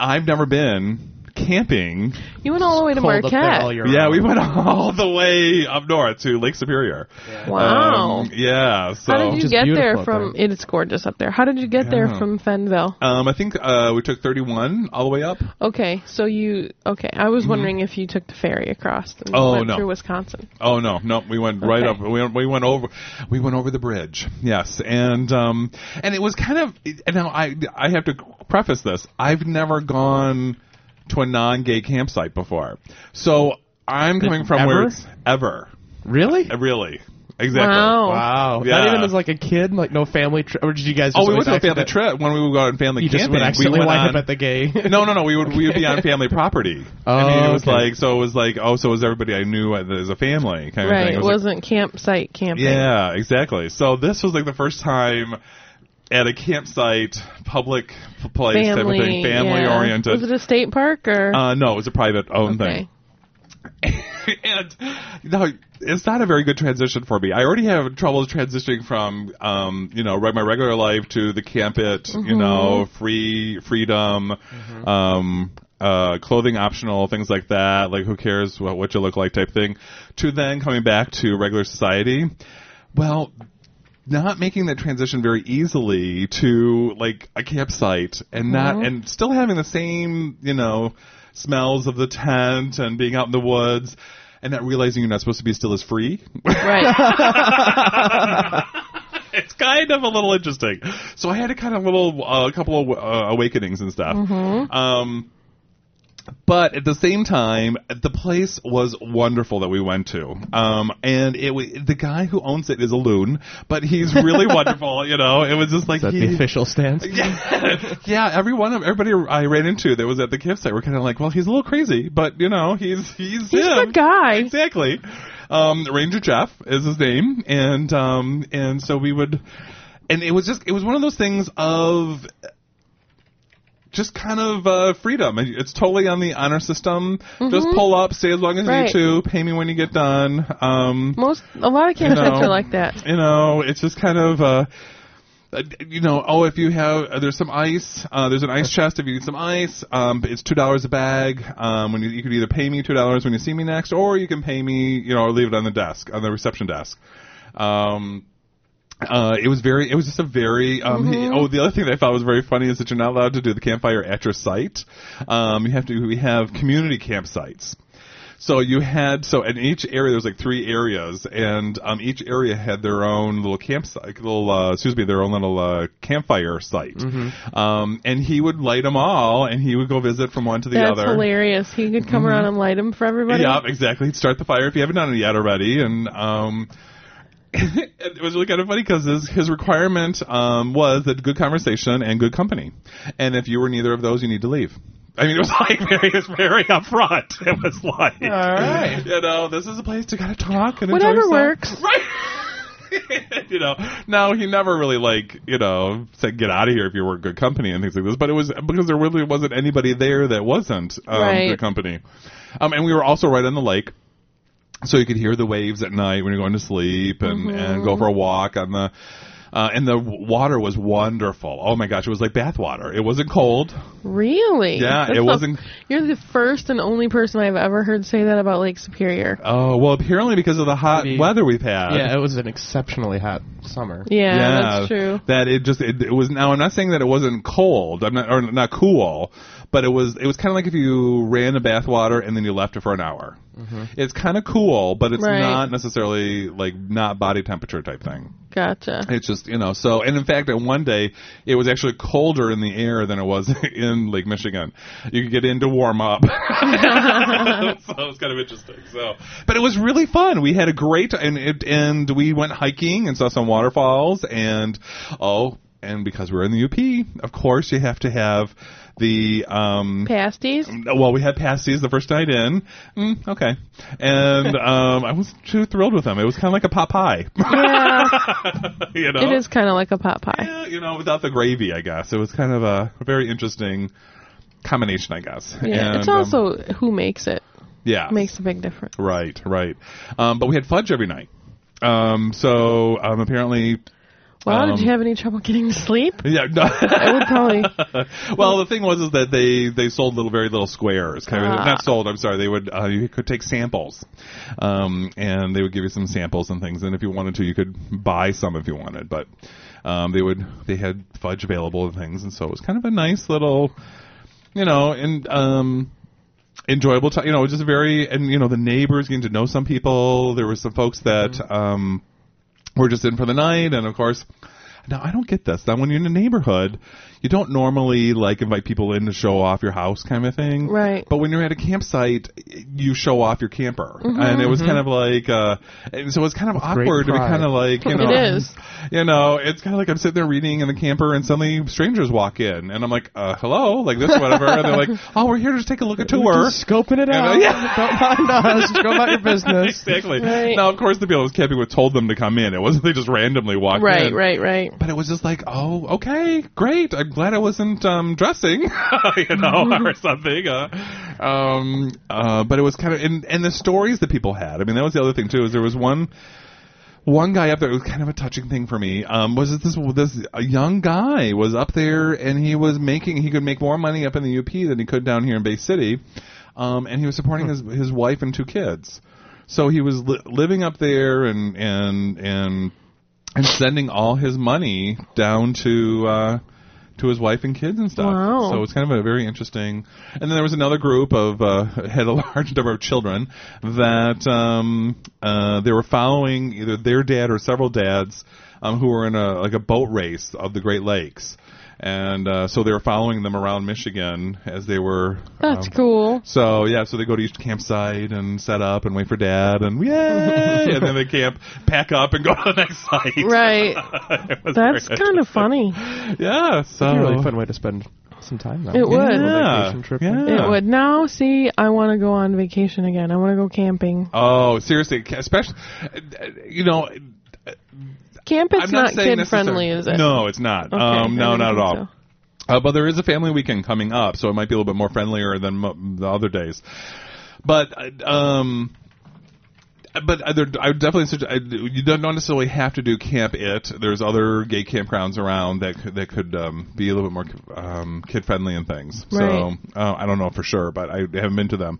Speaker 6: I've never been camping
Speaker 7: You went all the way to
Speaker 8: Cold up there all
Speaker 7: Marquette.
Speaker 8: year
Speaker 6: yeah
Speaker 8: round.
Speaker 6: we went all the way up north to lake superior
Speaker 7: Wow.
Speaker 6: Um, yeah so
Speaker 7: Oh. How did you
Speaker 8: Just
Speaker 7: get there
Speaker 8: beautiful up
Speaker 7: from?
Speaker 8: there.
Speaker 7: It's gorgeous up there. How did you get there
Speaker 6: Yeah.
Speaker 7: from Fennville?
Speaker 6: Um, I think uh, we took 31 all the way up.
Speaker 7: Okay, so you okay? I was wondering if you took the ferry across and
Speaker 6: Mm-hmm. Oh,
Speaker 7: went
Speaker 6: no.
Speaker 7: through Wisconsin.
Speaker 6: Oh no, no, we went right up.
Speaker 7: Okay.
Speaker 6: We, we went over. We went over the bridge. Yes, and um, and it was kind of. And now I I have to preface this. I've never gone to a non-gay campsite before, so I'm coming from where
Speaker 8: Ever?
Speaker 6: it's ever uh,
Speaker 8: Really?
Speaker 6: really exactly.
Speaker 7: Wow.
Speaker 8: Wow.
Speaker 6: Yeah.
Speaker 8: Not even as like a kid, like no family trip. Or did you guys? Just
Speaker 6: Oh, we
Speaker 8: always
Speaker 6: went to a family
Speaker 8: accident-
Speaker 6: trip when we would go on family
Speaker 8: You just
Speaker 6: camping.
Speaker 8: would accidentally
Speaker 6: we went
Speaker 8: wind
Speaker 6: on-
Speaker 8: up at the gay.
Speaker 6: No, no, no. We would we would be on family property. I mean, it
Speaker 8: Oh,
Speaker 6: was
Speaker 8: okay.
Speaker 6: like so. It was like oh, so it was everybody I knew as a family kind of
Speaker 7: Right,
Speaker 6: thing. It
Speaker 7: it
Speaker 6: was like,
Speaker 7: wasn't campsite camping.
Speaker 6: yeah, exactly. So this was like the first time at a campsite, public p- place, type of
Speaker 7: family,
Speaker 6: thing, family
Speaker 7: yeah.
Speaker 6: oriented.
Speaker 7: Was it a state park or?
Speaker 6: uh, no, it was a private owned
Speaker 7: okay.
Speaker 6: thing. and no, it's not a very good transition for me. I already have trouble transitioning from, um, you know, re- my regular life to the camp it, you
Speaker 7: Mm-hmm.
Speaker 6: know, free freedom, um, uh, clothing optional, things like that. Like, who cares what, what you look like, type thing. To then coming back to regular society. Well, not making that transition very easily to like a campsite and not and still having the same you know smells of the tent and being out in the woods and not realizing you're not supposed to be still is free
Speaker 7: Right.
Speaker 6: it's kind of a little interesting. So I had a kind of little, uh, a couple of uh, awakenings and stuff. Um, but at the same time, the place was wonderful that we went to. Um, and it wa the guy who owns it is a loon, but he's really wonderful. You know, it was just like
Speaker 8: that the
Speaker 6: he-
Speaker 8: official stance?
Speaker 6: yeah, yeah. Every one of everybody I ran into that was at the gift site were kind of like, well, he's a little crazy, but you know, he's he's
Speaker 7: He's a
Speaker 6: him.
Speaker 7: good guy.
Speaker 6: Exactly. Um, Ranger Jeff is his name, and um, and so we would, and it was just it was one of those things of just kind of uh, freedom. It's totally on the honor system. Just pull up, stay as long as
Speaker 7: Mm-hmm. Right.
Speaker 6: you need to, pay me when you get done. Um,
Speaker 7: Most a lot of campsites
Speaker 6: know.
Speaker 7: are like that.
Speaker 6: you know, it's just kind of, uh, uh, you know, oh, if you have, uh, there's some ice, uh, there's an ice chest if you need some ice. Um, it's two dollars a bag. Um, when you, you could either pay me two dollars when you see me next, or you can pay me, you know, or leave it on the desk, on the reception desk. Um, uh, it was very, it was just a very, um, oh, the other thing that I thought was very funny is that you're not allowed to do the campfire at your site. Um, you have to, we have community campsites. So you had, so in each area, there was like three areas and, um, each area had their own little campsite, little, uh, excuse me, their own little, uh, campfire site. Um, and he would light them all and he would go visit from one to the
Speaker 7: That's
Speaker 6: other. Mm-hmm.
Speaker 7: hilarious. He could come around and light them for everybody.
Speaker 6: Yeah, exactly. He'd start the fire if you haven't done it yet already, and um, it was really kind of funny because his, his requirement um, was that good conversation and good company, and if you were neither of those, you need to leave. I mean, it was like very, it was very upfront. It was like,
Speaker 8: right.
Speaker 6: you know, this is a place to kind of talk and enjoy
Speaker 7: Whatever
Speaker 6: yourself.
Speaker 7: works.
Speaker 6: you know, no, he never really like you know said get out of here if you were good company and things like this. But it was because there really wasn't anybody there that wasn't um,
Speaker 7: Right.
Speaker 6: good company. Um, and we were also right on the lake, so you could hear the waves at night when you're going to sleep and
Speaker 8: Mm-hmm.
Speaker 6: and go for a walk on the. Uh, and the w- water was wonderful. Oh my gosh, it was like bath water. It wasn't cold.
Speaker 7: Really?
Speaker 6: Yeah, it
Speaker 7: the-
Speaker 6: wasn't-
Speaker 7: You're the first and only person I've ever heard say that about Lake Superior.
Speaker 6: Oh well, apparently because of the hot
Speaker 8: Maybe-
Speaker 6: weather we've had.
Speaker 8: Yeah, it was an exceptionally hot summer.
Speaker 7: Yeah, that's true.
Speaker 6: That it just it, it was. Now I'm not saying that it wasn't cold. I'm not or not cool, but it was. It was kind of like if you ran the bathwater and then you left it for an hour. It's kind of cool, but it's
Speaker 7: Right.
Speaker 6: not necessarily like not body temperature type thing.
Speaker 7: Gotcha.
Speaker 6: It's just you know. So and in fact, on one day it was actually colder in the air than it was in Lake Michigan. You could get in to warm up. so it was kind of interesting. So, but it was really fun. We had a great and it, and we went hiking and saw some waterfalls and oh and because we were in the UP, of course you have to have the um
Speaker 7: Pasties?
Speaker 6: well, we had pasties the first night in. Mm, okay, and um, I wasn't too thrilled with them. It was kind of like a pot pie,
Speaker 7: Yeah,
Speaker 6: you know.
Speaker 7: it is kind of like a pot pie.
Speaker 6: Yeah, you know, without the gravy, I guess. It was kind of a very interesting combination, I guess.
Speaker 7: Yeah,
Speaker 6: And,
Speaker 7: it's
Speaker 6: um,
Speaker 7: also who makes it
Speaker 6: yeah.
Speaker 7: makes a big difference.
Speaker 6: right, right. Um, but we had fudge every night. Um, so um, apparently,
Speaker 7: Wow,
Speaker 6: Um,
Speaker 7: did you have any trouble getting to sleep?
Speaker 6: yeah. No,
Speaker 7: I would probably.
Speaker 6: well, the thing was is that they they sold little very little squares. Kind of,
Speaker 7: Ah.
Speaker 6: Not sold. I'm sorry. They would uh, you could take samples, um, and they would give you some samples and things. And if you wanted to, you could buy some if you wanted. But um, they would they had fudge available and things, and so it was kind of a nice little, you know, and um, enjoyable time. You know, just very and you know the neighbors getting to know some people. There were some folks that um, were just in for the night, and of course. Now I don't get this. Now when you're in a neighborhood, you don't normally like invite people in to show off your house kind of thing.
Speaker 7: Right.
Speaker 6: But when you're at a campsite, you show off your camper, and it was kind of like, uh, and so it's kind of
Speaker 8: great
Speaker 6: awkward to be
Speaker 8: pride.
Speaker 6: kind of like, you
Speaker 7: It
Speaker 6: know,
Speaker 7: is.
Speaker 6: you know, it's kind of like I'm sitting there reading in the camper, and suddenly strangers walk in, and I'm like, uh, hello, like this, whatever, and they're like, oh, we're here to just take a look at
Speaker 8: We're
Speaker 6: tour.
Speaker 8: just scoping it
Speaker 6: Yeah,
Speaker 8: out.
Speaker 6: yeah.
Speaker 8: Don't mind us. Go about your business.
Speaker 6: Exactly.
Speaker 7: Right.
Speaker 6: Now, of course, the people I was camping with told them to come in. It wasn't they just randomly walked
Speaker 7: Right,
Speaker 6: in.
Speaker 7: right, right.
Speaker 6: but it was just like, oh, okay, great. I'm glad I wasn't um, dressing, you know,
Speaker 7: Mm-hmm.
Speaker 6: or something. Uh, um, uh, but it was kind of, and, and the stories that people had. I mean, that was the other thing too. Is there was one one guy up there. It was kind of a touching thing for me. Um, was that this this a young guy was up there and he was making he could make more money up in the UP than he could down here in Bay City, um, and he was supporting his his wife and two kids. So he was li- living up there and and and and sending all his money down to uh, to his wife and kids and stuff.
Speaker 7: Wow.
Speaker 6: So it's kind of a very interesting. And then there was another group of uh, had a large number of children that um, uh, they were following either their dad or several dads um, who were in a like a boat race of the Great Lakes. And uh, so they were following them around Michigan as they were.
Speaker 7: That's
Speaker 6: um,
Speaker 7: cool.
Speaker 6: so yeah, so they go to each campsite and set up and wait for dad and yay, and then they camp, pack up, and go to the next site.
Speaker 7: Right.
Speaker 6: It was
Speaker 7: That's
Speaker 6: very
Speaker 7: kind of funny.
Speaker 6: interesting. Yeah. So
Speaker 8: It'd be a really fun way to spend some time. Though.
Speaker 7: It would.
Speaker 6: Oh. Yeah.
Speaker 8: Vacation trip.
Speaker 6: Yeah.
Speaker 7: It would. Now, see, I want to go on vacation again. I want to go camping.
Speaker 6: Oh, seriously, especially you know.
Speaker 7: Camping's
Speaker 6: I'm not, saying
Speaker 7: kid friendly,
Speaker 6: necessarily-
Speaker 7: is it?
Speaker 6: No, it's not.
Speaker 7: Okay,
Speaker 6: um,
Speaker 7: I
Speaker 6: no,
Speaker 7: didn't
Speaker 6: not at
Speaker 7: think
Speaker 6: all.
Speaker 7: so.
Speaker 6: Uh, but there is a family weekend coming up, so it might be a little bit more friendlier than mo- the other days. But uh, um, but I- there, I would definitely suggest I, you don't don't necessarily have to do Camp It. There's other gay campgrounds around that could- that could um, be a little bit more um, kid friendly and things.
Speaker 7: Right.
Speaker 6: So uh, I don't know for sure, but I haven't been to them.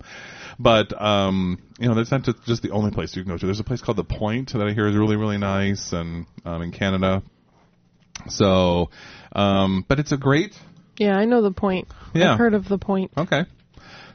Speaker 6: But um, you know, that's not just- just the only place you can go to. There's a place called the Point that I hear is really really nice, and um, in Canada. So, um, but it's a great
Speaker 7: Yeah, I know the point.
Speaker 6: Yeah.
Speaker 7: I've heard of the point.
Speaker 6: Okay.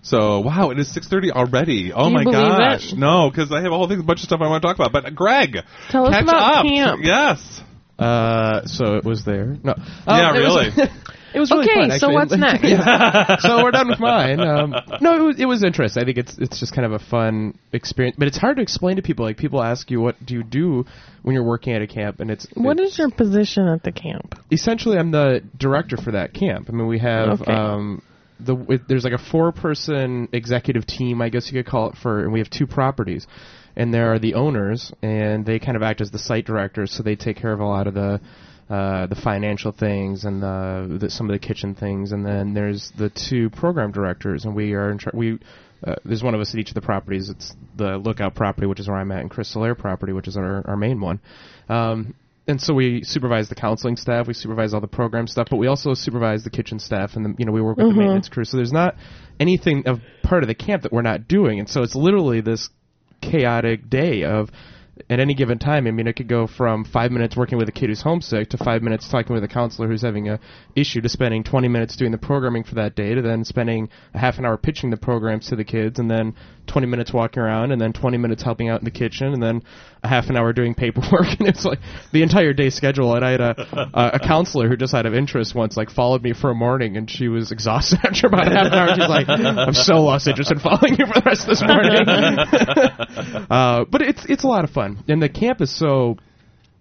Speaker 6: So wow, it is six thirty already. Oh
Speaker 7: you
Speaker 6: my
Speaker 7: believe
Speaker 6: gosh!
Speaker 7: it?
Speaker 6: No, because I have a whole thing, a bunch of stuff I want to talk about. But uh, Greg,
Speaker 7: Tell us
Speaker 6: catch
Speaker 7: about
Speaker 6: up.
Speaker 7: camp.
Speaker 6: Yes.
Speaker 8: Uh, so it was there. No. Oh,
Speaker 6: yeah,
Speaker 8: it was-
Speaker 6: really.
Speaker 8: It was really
Speaker 7: okay,
Speaker 8: fun,
Speaker 7: so
Speaker 8: actually.
Speaker 7: what's next?
Speaker 8: so we're done with mine. Um, no, it was, it was interesting. I think it's it's just kind of a fun experience, but it's hard to explain to people. Like people ask you, what do you do when you're working at a camp? And it's
Speaker 7: What
Speaker 8: it's-
Speaker 7: is your position at the camp?
Speaker 8: essentially I'm the director for that camp. I mean, we have
Speaker 7: Okay.
Speaker 8: um, the it, there's like a four person executive team, I guess you could call it for, and we have two properties, and there are the owners, and they kind of act as the site directors, so they take care of a lot of the. Uh, the financial things and the, the some of the kitchen things, and then there's the two program directors, and we are in char- we uh, there's one of us at each of the properties. It's the Lookout property, which is where I'm at, and Crystal Air property, which is our, our main one. Um, and so we supervise the counseling staff, we supervise all the program stuff, but we also supervise the kitchen staff, and the, you know we work with the maintenance crew. So there's not anything of part of the camp that we're not doing, and so it's literally this chaotic day of. At any given time, I mean, it could go from five minutes working with a kid who's homesick to five minutes talking with a counselor who's having a issue to spending 20 minutes doing the programming for that day to then spending a half an hour pitching the programs to the kids and then 20 minutes walking around and then 20 minutes helping out in the kitchen and then a half an hour doing paperwork and it's like the entire day schedule and i had a, a, a counselor who just out of interest once like followed me for a morning and she was exhausted after about half an hour she's like i'm so lost interest in following you for the rest of this morning uh, but it's it's a lot of fun and the camp is so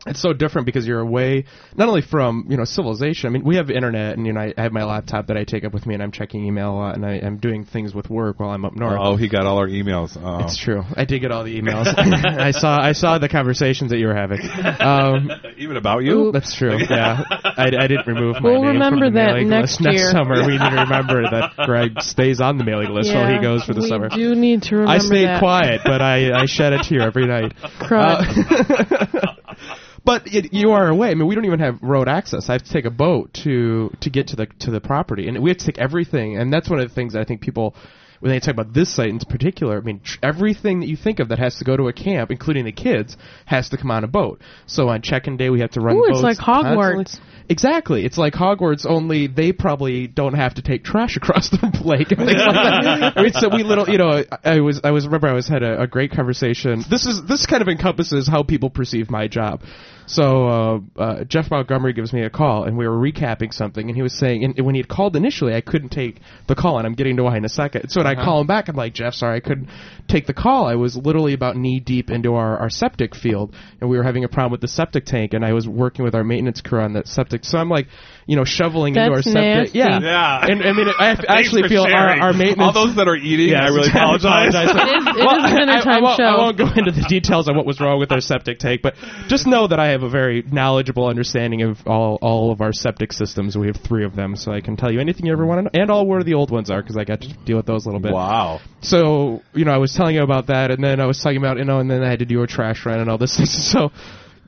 Speaker 8: it's so different because you're away not only from you know civilization. I mean, we have internet, and you know I, I have my laptop that I take up with me, and I'm checking email a lot, and I, I'm doing things with work while I'm up north.
Speaker 6: oh, he got all our emails. Oh.
Speaker 8: It's true. I did get all the emails. I saw I saw the conversations that you were having. Um,
Speaker 6: Even about you.
Speaker 8: that's true. Yeah, I, I didn't remove my
Speaker 7: We'll
Speaker 8: name
Speaker 7: remember
Speaker 8: from the
Speaker 7: that
Speaker 8: mailing
Speaker 7: next
Speaker 8: list. Next
Speaker 7: year.
Speaker 8: summer, we need to remember that Greg stays on the mailing list while he goes for the
Speaker 7: we
Speaker 8: summer.
Speaker 7: do need to remember
Speaker 8: I stayed
Speaker 7: that.
Speaker 8: quiet, but I, I shed a tear every night. Uh,
Speaker 7: Crud.
Speaker 8: But it, you are away. I mean, we don't even have road access. I have to take a boat to to get to the to the property, and we have to take everything. And that's one of the things that I think people, when they talk about this site in particular, I mean, tr- everything that you think of that has to go to a camp, including the kids, has to come on a boat. So on check-in day, we have to run.
Speaker 7: Ooh, it's
Speaker 8: boats
Speaker 7: like
Speaker 8: constantly.
Speaker 7: Hogwarts.
Speaker 8: Exactly. It's like Hogwarts, only they probably don't have to take trash across the lake. and things like that. I mean, so we little, you know, I, I was, I was remember I was had a, a great conversation. This is this kind of encompasses how people perceive my job. So uh, uh, Jeff Montgomery gives me a call, and we were recapping something, and he was saying, and when he had called initially, I couldn't take the call, and I'm getting to why in a second. So when
Speaker 6: Uh-huh.
Speaker 8: I call him back, I'm like, Jeff, sorry, I couldn't take the call. I was literally about knee deep into our, our septic field, and we were having a problem with the septic tank, and I was working with our maintenance crew on that septic. So I'm like, you know, shoveling into our
Speaker 7: That's
Speaker 8: septic.
Speaker 7: nasty.
Speaker 8: Yeah.
Speaker 6: Yeah.
Speaker 8: And I mean, I have to
Speaker 6: Thanks
Speaker 8: actually
Speaker 6: for
Speaker 8: feel our,
Speaker 6: sharing.
Speaker 8: our maintenance.
Speaker 6: All those that are eating,
Speaker 8: Yes,
Speaker 6: I really apologize.
Speaker 7: It is, it is a dinner
Speaker 8: I, I
Speaker 7: time
Speaker 8: won't,
Speaker 7: show.
Speaker 8: I won't go into the details on what was wrong with our septic tank, but just know that I have a very knowledgeable understanding of all, all of our septic systems. We have three of them, so I can tell you anything you ever want to know, and all where the old ones are, because I got to deal with those a little bit.
Speaker 6: wow.
Speaker 8: So, you know, I was telling you about that, and then I was talking about, you know, and then I had to do a trash run and all this. So,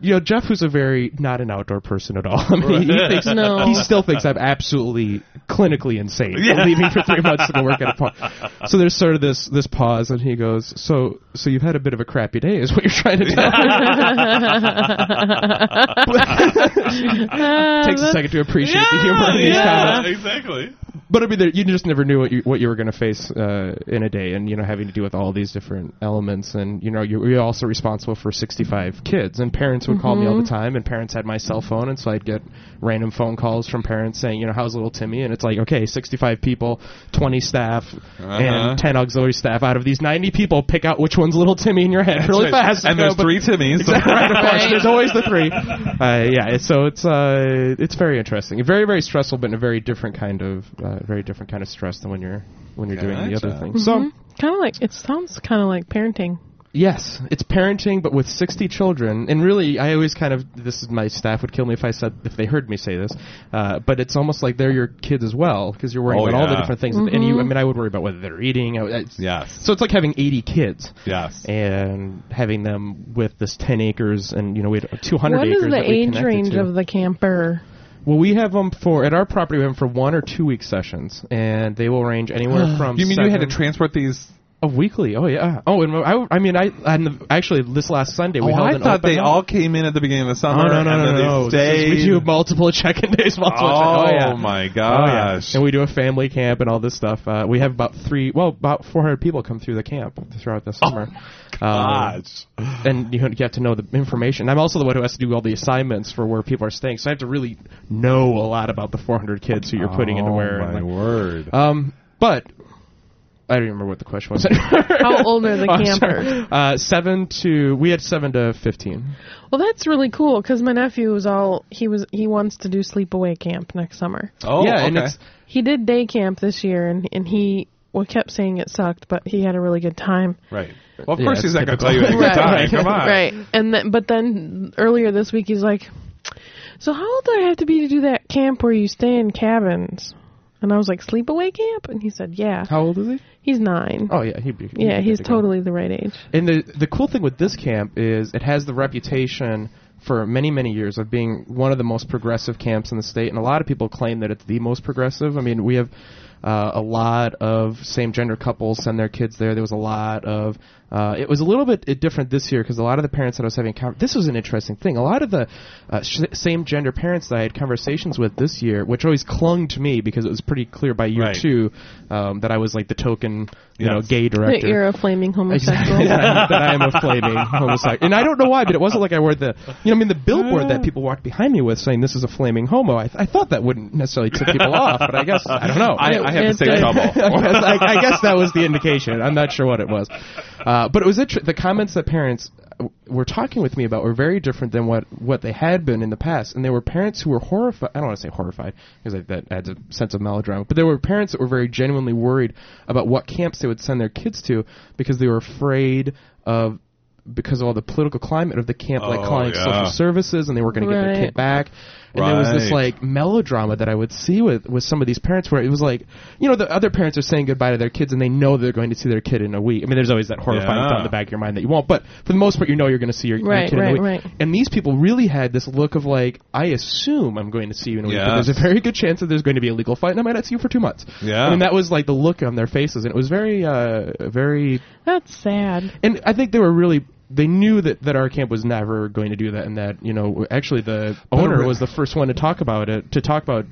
Speaker 8: you know, Jeff was a very not an outdoor person at all. I mean, he, thinks,
Speaker 7: No.
Speaker 8: he still thinks I'm absolutely clinically insane. Leaving for three months to go work at a park. So there's sort of this this pause, and he goes, "So so you've had a bit of a crappy day, is what you're trying to tell me?" Takes a second to appreciate the humor in these
Speaker 6: yeah,
Speaker 8: comments.
Speaker 6: Uh, exactly.
Speaker 8: But I mean, there, you just never knew what you what you were going to face uh, in a day, and you know, having to deal with all these different elements, and you know, you, you're also responsible for 65 kids, and parents would call me all the time, and parents had my cell phone, and so I'd get random phone calls from parents saying, you know, how's little Timmy, and it's like, okay, 65 people, 20 staff,
Speaker 6: Uh-huh.
Speaker 8: and 10 auxiliary staff. Out of these 90 people, pick out which one's little Timmy in your head really
Speaker 6: That's right.
Speaker 8: fast,
Speaker 6: And
Speaker 8: you know,
Speaker 6: there's
Speaker 8: but-
Speaker 6: three Timmys.
Speaker 8: right, of course. There's always the three. Uh, yeah, it's- so it's uh, it's very interesting, very very stressful, but in a very different kind of uh, very different kind of stress than when you're when you're doing the other
Speaker 6: Gotcha.
Speaker 8: things. So
Speaker 7: Kind of Mm-hmm. like it sounds kind of like parenting.
Speaker 8: yes, it's parenting, but with 60 children, and really, I always kind of this is my staff would kill me if I said if they heard me say this, uh, but it's almost like they're your kids as well because you're worrying
Speaker 6: Oh,
Speaker 8: about all the
Speaker 6: yeah.
Speaker 8: different things, and you, I mean, I would worry about whether they're eating. I, would- it's-
Speaker 6: Yes.
Speaker 8: So it's like having 80 kids
Speaker 6: Yes.
Speaker 8: and having them with this 10 acres and you know we had 200
Speaker 7: What
Speaker 8: acres
Speaker 7: is the
Speaker 8: that we
Speaker 7: age
Speaker 8: connected
Speaker 7: range
Speaker 8: to.
Speaker 7: of the camper?
Speaker 8: well we have them for at our property we have them for one or two week sessions and they will range anywhere from
Speaker 6: You mean you had to
Speaker 8: seven-
Speaker 6: transport these?
Speaker 8: oh, weekly oh yeah oh and I, I mean I and the, actually this last Sunday we
Speaker 6: oh,
Speaker 8: held
Speaker 6: I
Speaker 8: an
Speaker 6: thought
Speaker 8: open
Speaker 6: they
Speaker 8: house.
Speaker 6: all came in at the beginning of the
Speaker 8: Oh,
Speaker 6: summer.
Speaker 8: no, no,
Speaker 6: and
Speaker 8: no,
Speaker 6: then they
Speaker 8: no, no. This is- We
Speaker 6: stayed.
Speaker 8: do multiple check-in days. Multiple
Speaker 6: Oh,
Speaker 8: check- oh, yeah.
Speaker 6: my
Speaker 8: Oh, yeah.
Speaker 6: gosh.
Speaker 8: And we do a family camp and all this stuff. Uh, we have about three, well, about 400 people come through the camp throughout the summer.
Speaker 6: Oh,
Speaker 8: Um,
Speaker 6: Gosh.
Speaker 8: and you have to know the information. I'm also the one who has to do all the assignments for where people are staying, so I have to really know a lot about the 400 kids who you're putting into
Speaker 6: oh,
Speaker 8: where.
Speaker 6: my
Speaker 8: and, like-
Speaker 6: word.
Speaker 8: um, but I don't even remember what the question was. Oh,
Speaker 7: How old are the
Speaker 8: I'm
Speaker 7: campers?
Speaker 8: sorry. Uh, seven to we had seven to 15.
Speaker 7: Well, that's really cool because my nephew was all he was. He wants to do sleepaway camp next summer.
Speaker 6: oh,
Speaker 8: yeah,
Speaker 6: okay.
Speaker 8: and it's
Speaker 7: He did day camp this year, and and he well kept saying it sucked, but he had a really good time.
Speaker 6: right. Well, of
Speaker 8: Yeah,
Speaker 6: course he's
Speaker 8: it's
Speaker 6: not going to
Speaker 8: typical.
Speaker 6: tell you at a good
Speaker 7: Right,
Speaker 6: time.
Speaker 8: right,
Speaker 6: Come on.
Speaker 7: Right, and then but then earlier this week he's like, "So how old do I have to be to do that camp where you stay in cabins?" And I was like, "Sleepaway camp," and he said, "Yeah."
Speaker 8: how old is he?
Speaker 7: He's nine.
Speaker 8: Oh yeah, he'd be. he'd
Speaker 7: yeah,
Speaker 8: be good
Speaker 7: he's
Speaker 8: to go.
Speaker 7: totally the right age.
Speaker 8: And the the cool thing with this camp is it has the reputation for many many years of being one of the most progressive camps in the state, and a lot of people claim that it's the most progressive. I mean, we have. Uh, a lot of same gender couples send their kids there. There was a lot of. Uh, it was a little bit uh, different this year because a lot of the parents that I was having. Con- this was an interesting thing. A lot of the uh, sh- same gender parents that I had conversations with this year, which always clung to me because it was pretty clear by year
Speaker 6: Right.
Speaker 8: two um, that I was like the token, you know,
Speaker 6: Yes.
Speaker 8: gay
Speaker 7: That
Speaker 8: director.
Speaker 7: you're a flaming homosexual.
Speaker 8: Exactly. that I am a flaming homosexual. And I don't know why, but it wasn't like I wore the, you know, I mean, the billboard that people walked behind me with saying this is a flaming homo. I, th- I thought that wouldn't necessarily tip people off, but I guess I don't know.
Speaker 6: I, I have the
Speaker 7: It's
Speaker 6: same
Speaker 7: good.
Speaker 6: trouble.
Speaker 8: I, guess, I, I guess that was the indication. I'm not sure what it was, uh, but it was inter- the comments that parents uh, were talking with me about were very different than what what they had been in the past, and there were parents who were horrified. I don't want to say horrified because like, that adds a sense of melodrama, but there were parents that were very genuinely worried about what camps they would send their kids to because they were afraid of. Because of all the political climate of the camp, like
Speaker 6: Oh,
Speaker 8: calling
Speaker 6: yeah.
Speaker 8: social services, and they were going to get their
Speaker 7: Right.
Speaker 8: kid back, and there was this
Speaker 6: Right.
Speaker 8: like melodrama that I would see with with some of these parents, where it was like, you know, the other parents are saying goodbye to their kids, and they know they're going to see their kid in a week. I mean, there's always that horrifying
Speaker 6: Yeah.
Speaker 8: thought in the back of your mind that you won't, but for the most part, you know you're going to see your, your
Speaker 7: Right,
Speaker 8: kid in a
Speaker 7: right,
Speaker 8: week.
Speaker 7: right.
Speaker 8: And these people really had this look of like, I assume I'm going to see you in a week, but
Speaker 6: Yes.
Speaker 8: there's a very good chance that there's going to be a legal fight, and I might not see you for two months.
Speaker 6: Yeah.
Speaker 8: I mean, that was like the look on their faces, and it was very, uh, very
Speaker 7: That's sad.
Speaker 8: and I think they were really they knew that, that our camp was never going to do that, and that you know actually the owner
Speaker 6: re-
Speaker 8: was the first one to talk about it to talk about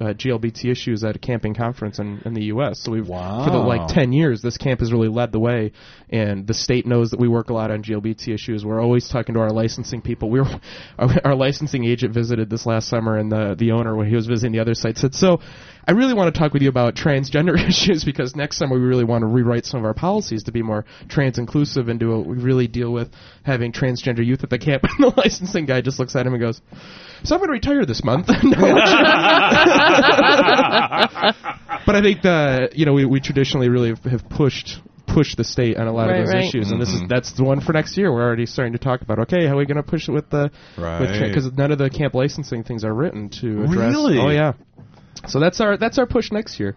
Speaker 8: uh, GLBT issues at a camping conference in, in the U.S. So we've for the
Speaker 6: Wow.
Speaker 8: like ten years this camp has really led the way, and the state knows that we work a lot on GLBT issues. We're always talking to our licensing people. We were our, our licensing agent visited this last summer, and the the owner when he was visiting the other site said so. I really want to talk with you about transgender issues because next summer we really want to rewrite some of our policies to be more trans inclusive and do a, we really deal with having transgender youth at the camp. And the licensing guy just looks at him and goes, "So I'm going to retire this month." No, I'm sure. but I think the you know we, we traditionally really have, have pushed pushed the state on a lot
Speaker 7: Right,
Speaker 8: of those
Speaker 7: right.
Speaker 8: issues, and this
Speaker 6: Mm-hmm.
Speaker 8: is that's the one for next year. We're already starting to talk about okay, how are we going to push it with the
Speaker 6: Right.
Speaker 8: because none of the camp licensing things are written to address.
Speaker 6: Really?
Speaker 8: Oh yeah. So that's our that's our push next year,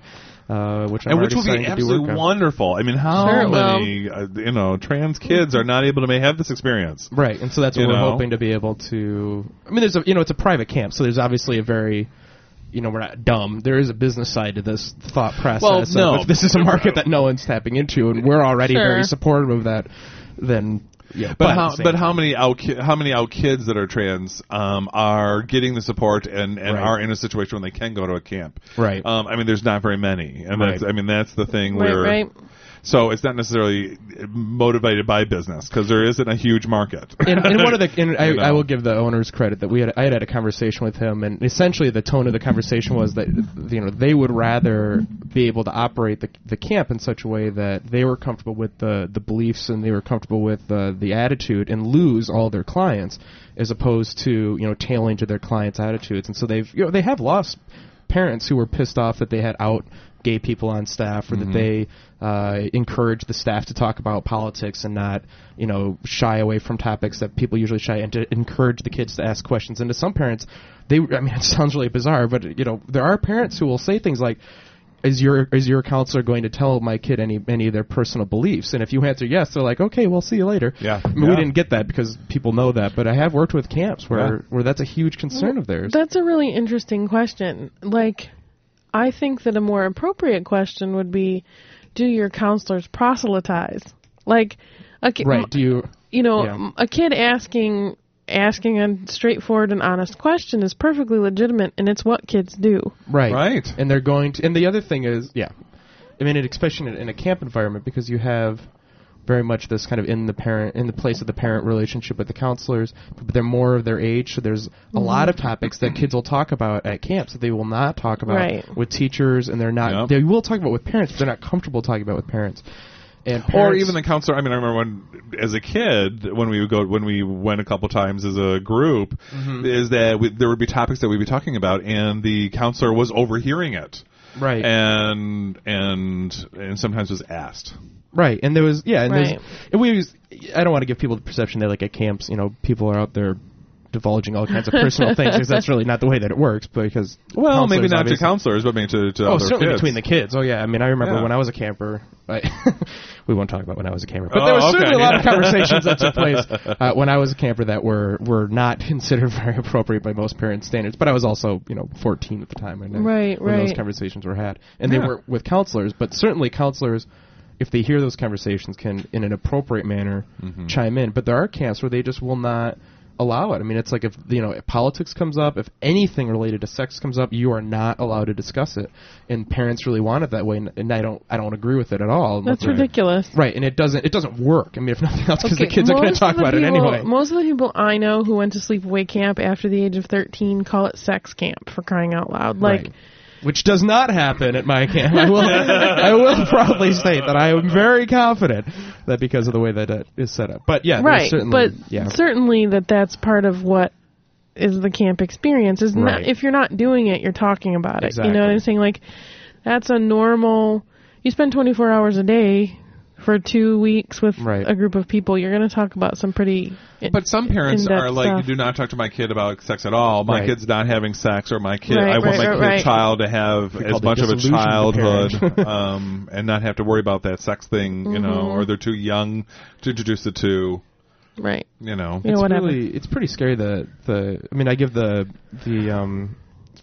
Speaker 8: uh, which I'm
Speaker 6: and which
Speaker 8: already
Speaker 6: will
Speaker 8: starting
Speaker 6: be
Speaker 8: to do work
Speaker 6: absolutely
Speaker 8: on.
Speaker 6: wonderful. I mean, how
Speaker 7: Sure it will.
Speaker 6: many uh, you know trans kids are not able to may have this experience?
Speaker 8: Right, and so that's what
Speaker 6: You
Speaker 8: we're
Speaker 6: know?
Speaker 8: hoping to be able to. I mean, there's a you know it's a private camp, so there's obviously a very you know we're not dumb. There is a business side to this thought process.
Speaker 6: Well,
Speaker 8: of
Speaker 6: no.
Speaker 8: if this is a market that no one's tapping into, and we're already
Speaker 7: Sure.
Speaker 8: very supportive of that, then yeah.
Speaker 6: But,
Speaker 8: at the
Speaker 6: how
Speaker 8: same
Speaker 6: but
Speaker 8: time-
Speaker 6: how many out ki- how many out kids that are trans um, are getting the support and, and
Speaker 8: Right.
Speaker 6: are in a situation when they can go to a camp?
Speaker 8: Right.
Speaker 6: Um, I mean, there's not very many, and that's
Speaker 8: Right.
Speaker 6: I mean that's the thing
Speaker 7: Right,
Speaker 6: where.
Speaker 7: right.
Speaker 6: So it's not necessarily motivated by business because there isn't a huge market.
Speaker 8: and, and one of the and I,
Speaker 6: You know.
Speaker 8: I will give the owners credit that we had I had had a conversation with him and essentially the tone of the conversation was that you know they would rather be able to operate the, the camp in such a way that they were comfortable with the the beliefs and they were comfortable with uh, the attitude and lose all their clients as opposed to you know tailing to their clients' attitudes and so they've you know they have lost parents who were pissed off that they had out gay people on staff or
Speaker 6: Mm-hmm.
Speaker 8: that they uh, encouraged the staff to talk about politics and not you know shy away from topics that people usually shy and to encourage the kids to ask questions and to some parents they i mean it sounds really bizarre but you know there are parents who will say things like is your is your counselor going to tell my kid any any of their personal beliefs? And if you answer yes, they're like, okay, well, see you later.
Speaker 6: Yeah.
Speaker 8: I mean,
Speaker 6: Yeah.
Speaker 8: we didn't get that because people know that, but I have worked with camps where
Speaker 6: Yeah.
Speaker 8: where that's a huge concern of theirs.
Speaker 7: That's a really interesting question. Like, I think that a more appropriate question would be, do your counselors proselytize? Like, a ki-
Speaker 8: right? Do you
Speaker 7: you know,
Speaker 8: Yeah.
Speaker 7: a kid asking asking a straightforward and honest question is perfectly legitimate, and it's what kids do.
Speaker 8: Right.
Speaker 6: Right.
Speaker 8: And they're going to. And the other thing is, yeah, I mean, it, especially in, in a camp environment, because you have very much this kind of in the parent in the place of the parent relationship with the counselors but they're more of their age so there's a lot of topics that kids will talk about at camps that they will not talk about
Speaker 7: Right.
Speaker 8: with teachers and they're not
Speaker 6: Yep.
Speaker 8: they will talk about with parents but they're not comfortable talking about with parents and
Speaker 6: or
Speaker 8: parents-
Speaker 6: even the counselor. I mean, I remember when, as a kid, when we would go, when we went a couple times as a group,
Speaker 8: Mm-hmm.
Speaker 6: is that we, there would be topics that we'd be talking about, and the counselor was overhearing it,
Speaker 8: right
Speaker 6: and and and sometimes was asked.
Speaker 8: Right, and there was yeah, and
Speaker 7: Right.
Speaker 8: there's and we was, I don't want to give people the perception that like at camps, you know, people are out there divulging all kinds of personal things because that's really not the way that it works. Because
Speaker 6: Well, maybe
Speaker 8: counselors
Speaker 6: not
Speaker 8: obviously-
Speaker 6: to counselors, but maybe to, to
Speaker 8: Oh,
Speaker 6: other
Speaker 8: certainly
Speaker 6: kids.
Speaker 8: between the kids. Oh yeah, I mean, I remember
Speaker 6: Yeah.
Speaker 8: when I was a camper. I we won't talk about when I was a camper, but
Speaker 6: Oh,
Speaker 8: there was
Speaker 6: okay,
Speaker 8: certainly a lot of
Speaker 6: yeah.
Speaker 8: conversations that took place uh, when I was a camper that were were not considered very appropriate by most parents' standards. But I was also you know 14 at the time, and
Speaker 7: Right,
Speaker 8: when those
Speaker 7: right.
Speaker 8: conversations were had, and
Speaker 6: Yeah.
Speaker 8: they were with counselors. But certainly counselors. If they hear those conversations, can in an appropriate manner chime in. But there are camps where they just will not allow it. I mean, it's like if you know if politics comes up, if anything related to sex comes up, you are not allowed to discuss it. And parents really want it that way, and, and I don't I don't agree with it at all.
Speaker 7: That's
Speaker 8: Right.
Speaker 7: ridiculous.
Speaker 8: Right, and it doesn't it doesn't work. I mean, if nothing else, because the
Speaker 7: Okay,
Speaker 8: kids are going
Speaker 7: most
Speaker 8: to
Speaker 7: of
Speaker 8: talk
Speaker 7: the
Speaker 8: about it
Speaker 7: people-
Speaker 8: anyway.
Speaker 7: Most of the people I know who went to sleepaway camp after the age of 13 call it sex camp for crying out loud. Like,
Speaker 8: Right. Which does not happen at my camp. I will, I will probably state that I am very confident that because of the way that it is set up. But yeah, there's
Speaker 7: right
Speaker 8: certainly,
Speaker 7: but
Speaker 8: yeah,
Speaker 7: certainly that that's part of what is the camp experience is not
Speaker 8: Right.
Speaker 7: if you're not doing it you're talking about it you know what
Speaker 8: Exactly.
Speaker 7: i'm saying like that's a normal you spend 24 hours a day for two weeks with
Speaker 8: Right.
Speaker 7: a group of people you're going to talk about some pretty
Speaker 6: But some parents
Speaker 7: in-depth
Speaker 6: are like,
Speaker 7: stuff.
Speaker 6: do not talk to my kid about sex at all. My
Speaker 8: Right.
Speaker 6: kid's not having sex, or my kid,
Speaker 7: Right,
Speaker 6: I want
Speaker 7: right,
Speaker 6: my
Speaker 7: right,
Speaker 6: kid-
Speaker 7: right.
Speaker 6: child to have
Speaker 8: call
Speaker 6: as
Speaker 8: that
Speaker 6: much of a
Speaker 8: disillusioned parent.
Speaker 6: childhood um, and not have to worry about that sex thing, you know,
Speaker 7: Mm-hmm.
Speaker 6: or they're too young to introduce it to,
Speaker 7: right
Speaker 6: you know.
Speaker 7: you know
Speaker 8: it's
Speaker 7: whatever
Speaker 8: really it's pretty scary the the I mean I give the the um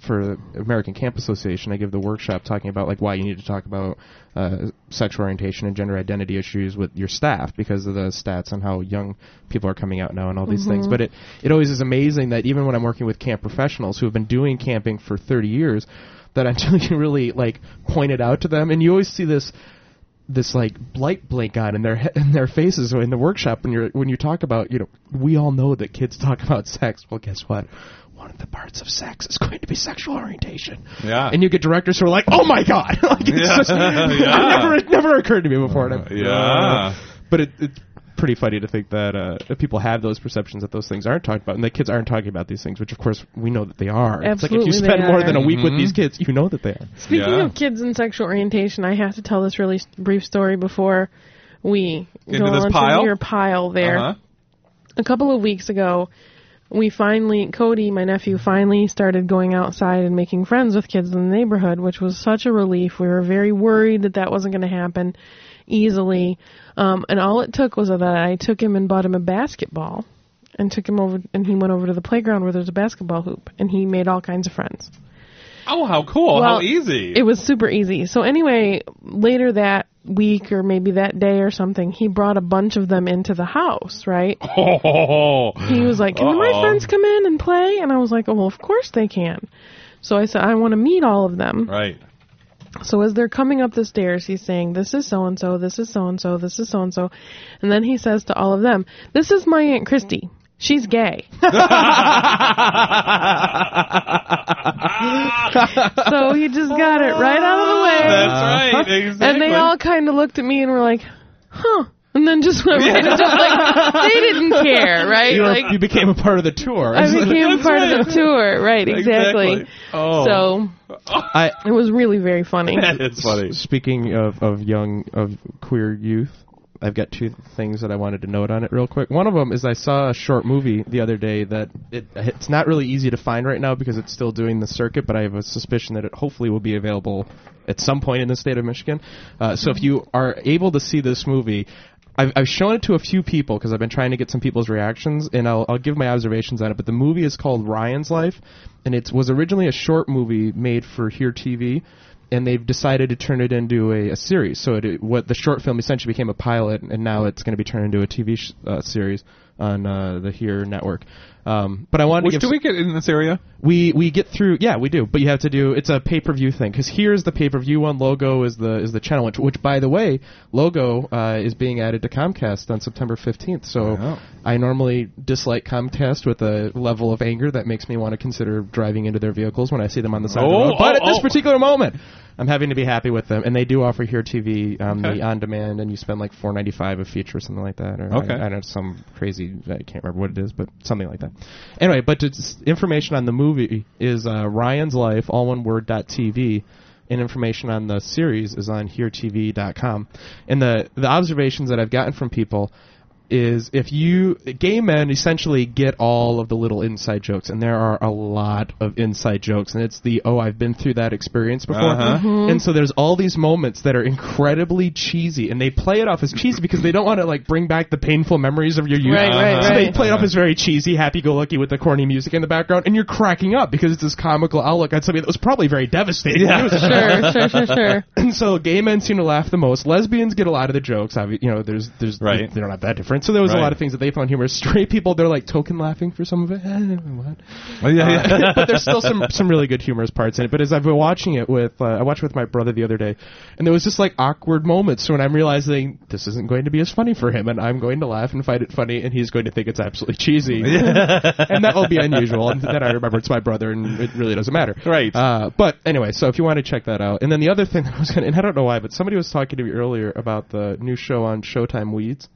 Speaker 8: for American Camp Association I give the workshop talking about like why you need to talk about uh, sexual orientation and gender identity issues with your staff because of the stats and how young people are coming out now and all these things but it it always is amazing that even when I'm working with camp professionals who have been doing camping for 30 years that until you really like point it out to them and you always see this this like light blink on in their he- in their faces in the workshop when you're when you talk about you know we all know that kids talk about sex well guess what one of the parts of sex is going to be sexual orientation
Speaker 6: Yeah.
Speaker 8: and you get directors who are like oh my god like it's
Speaker 6: Yeah.
Speaker 8: just,
Speaker 6: Yeah. Uh,
Speaker 8: it never it never occurred to me before and I'm-
Speaker 6: Yeah.
Speaker 8: but it, it's pretty funny to think that uh, that people have those perceptions that those things aren't talked about and that kids aren't talking about these things which of course we know that they are
Speaker 7: Absolutely,
Speaker 8: it's like if
Speaker 7: they
Speaker 8: you spend more
Speaker 7: are.
Speaker 8: than a week with these
Speaker 6: Mm-hmm.
Speaker 8: kids you know that they are
Speaker 7: Speaking
Speaker 6: Yeah.
Speaker 7: of kids and sexual orientation, I have to tell this really s- brief story before we
Speaker 6: Into
Speaker 7: go
Speaker 6: this
Speaker 7: on
Speaker 6: pile?
Speaker 7: to your pile there.
Speaker 6: Uh-huh.
Speaker 7: A couple of weeks ago, we finally, Cody, my nephew, finally started going outside and making friends with kids in the neighborhood, which was such a relief. We were very worried that that wasn't going to happen easily. Um, and all it took was that I took him and bought him a basketball and took him over, and he went over to the playground where there's a basketball hoop, and he made all kinds of friends.
Speaker 6: Oh, how cool! how
Speaker 7: Well,
Speaker 6: easy!
Speaker 7: It was super easy. So anyway, later that week or maybe that day or something, he brought a bunch of them into the house, right? He was like, "Can my
Speaker 6: Uh-oh.
Speaker 7: friends come in and play?" And I was like, "Oh, well, of course they can." So I said, "I want to meet all of them."
Speaker 6: right.
Speaker 7: So as they're coming up the stairs, he's saying, "This is so and so. This is so and so. This is so and so," and then he says to all of them, "This is my aunt Christy. She's gay." so he just got it right out of the way.
Speaker 6: That's right. Exactly.
Speaker 7: Uh-huh. And they all kind of looked at me and were like, "Huh." And then just went right just like they didn't care, right?
Speaker 8: You, were-
Speaker 7: like
Speaker 8: you became a part of the tour.
Speaker 7: I became part of the tour, right? Exactly.
Speaker 6: Oh,
Speaker 7: So
Speaker 8: I-
Speaker 7: it was really very funny.
Speaker 6: it's funny.
Speaker 8: Speaking of, of young of queer youth, I've got two things that I wanted to note on it real quick. One of them is I saw a short movie the other day that it it's not really easy to find right now because it's still doing the circuit, but I have a suspicion that it hopefully will be available at some point in the state of Michigan. Uh, so if you are able to see this movie. I've, I've shown it to a few people because I've been trying to get some people's reactions, and I'll, I'll give my observations on it. But the movie is called Ryan's Life, and it was originally a short movie made for Here TV, and they've decided to turn it into a, a series. So it, what the short film essentially became a pilot, and now it's going to be turned into a TV sh- uh, series on uh, the Here network. Um, but I wanted to
Speaker 6: Which
Speaker 8: give
Speaker 6: do we get in this area?
Speaker 8: we we get through yeah we do but you have to do it's a pay-per-view thing because here's the pay-per-view one logo is the is the channel which, which by the way logo uh, is being added to comcast on september 15th so
Speaker 6: Wow.
Speaker 8: i normally dislike comcast with a level of anger that makes me want to consider driving into their vehicles when i see them on the side of the
Speaker 6: Oh,
Speaker 8: road but
Speaker 6: oh,
Speaker 8: at this
Speaker 6: oh.
Speaker 8: particular moment i'm having to be happy with them and they do offer here tv um,
Speaker 6: Okay.
Speaker 8: the on demand and you spend like 4.95 a feature or something like that or
Speaker 6: Okay.
Speaker 8: I, I don't know some crazy I can't remember what it is, but something like that. Anyway, but it's, information on the movie is uh, Ryan's Life, all one word dot TV, and information on the series is on heretv.com. And the the observations that I've gotten from people is if you gay men essentially get all of the little inside jokes and there are a lot of inside jokes and it's the oh I've been through that experience before
Speaker 6: Uh-huh.
Speaker 7: Mm-hmm.
Speaker 8: and so there's all these moments that are incredibly cheesy and they play it off as cheesy because they don't want to like bring back the painful memories of your youth
Speaker 7: Right, right,
Speaker 8: so they
Speaker 7: right.
Speaker 8: play it off as very cheesy happy go lucky with the corny music in the background and you're cracking up because it's this comical outlook on something that was probably very devastating to you.
Speaker 7: Sure, sure, sure, sure.
Speaker 8: And so gay men seem to laugh the most. Lesbians get a lot of the jokes. Obvi- you know, there's there's
Speaker 6: Right.
Speaker 8: they, they don't have that difference. So there was
Speaker 6: Right.
Speaker 8: a lot of things that they found humorous. Straight people, they're like token laughing for some of it. Eh, what?
Speaker 6: Oh, Uh,
Speaker 8: but there's still some some really good humorous parts in it. But as I've been watching it with, uh, I watched it with my brother the other day, and there was just like awkward moments. So when I'm realizing this isn't going to be as funny for him, and I'm going to laugh and find it funny, and he's going to think it's absolutely cheesy, and that will be unusual. And then I remember it's my brother, and it really doesn't matter.
Speaker 6: Right.
Speaker 8: Uh, but anyway, so if you want to check that out, and then the other thing that I was going, to and I don't know why, but somebody was talking to me earlier about the new show on Showtime Weeds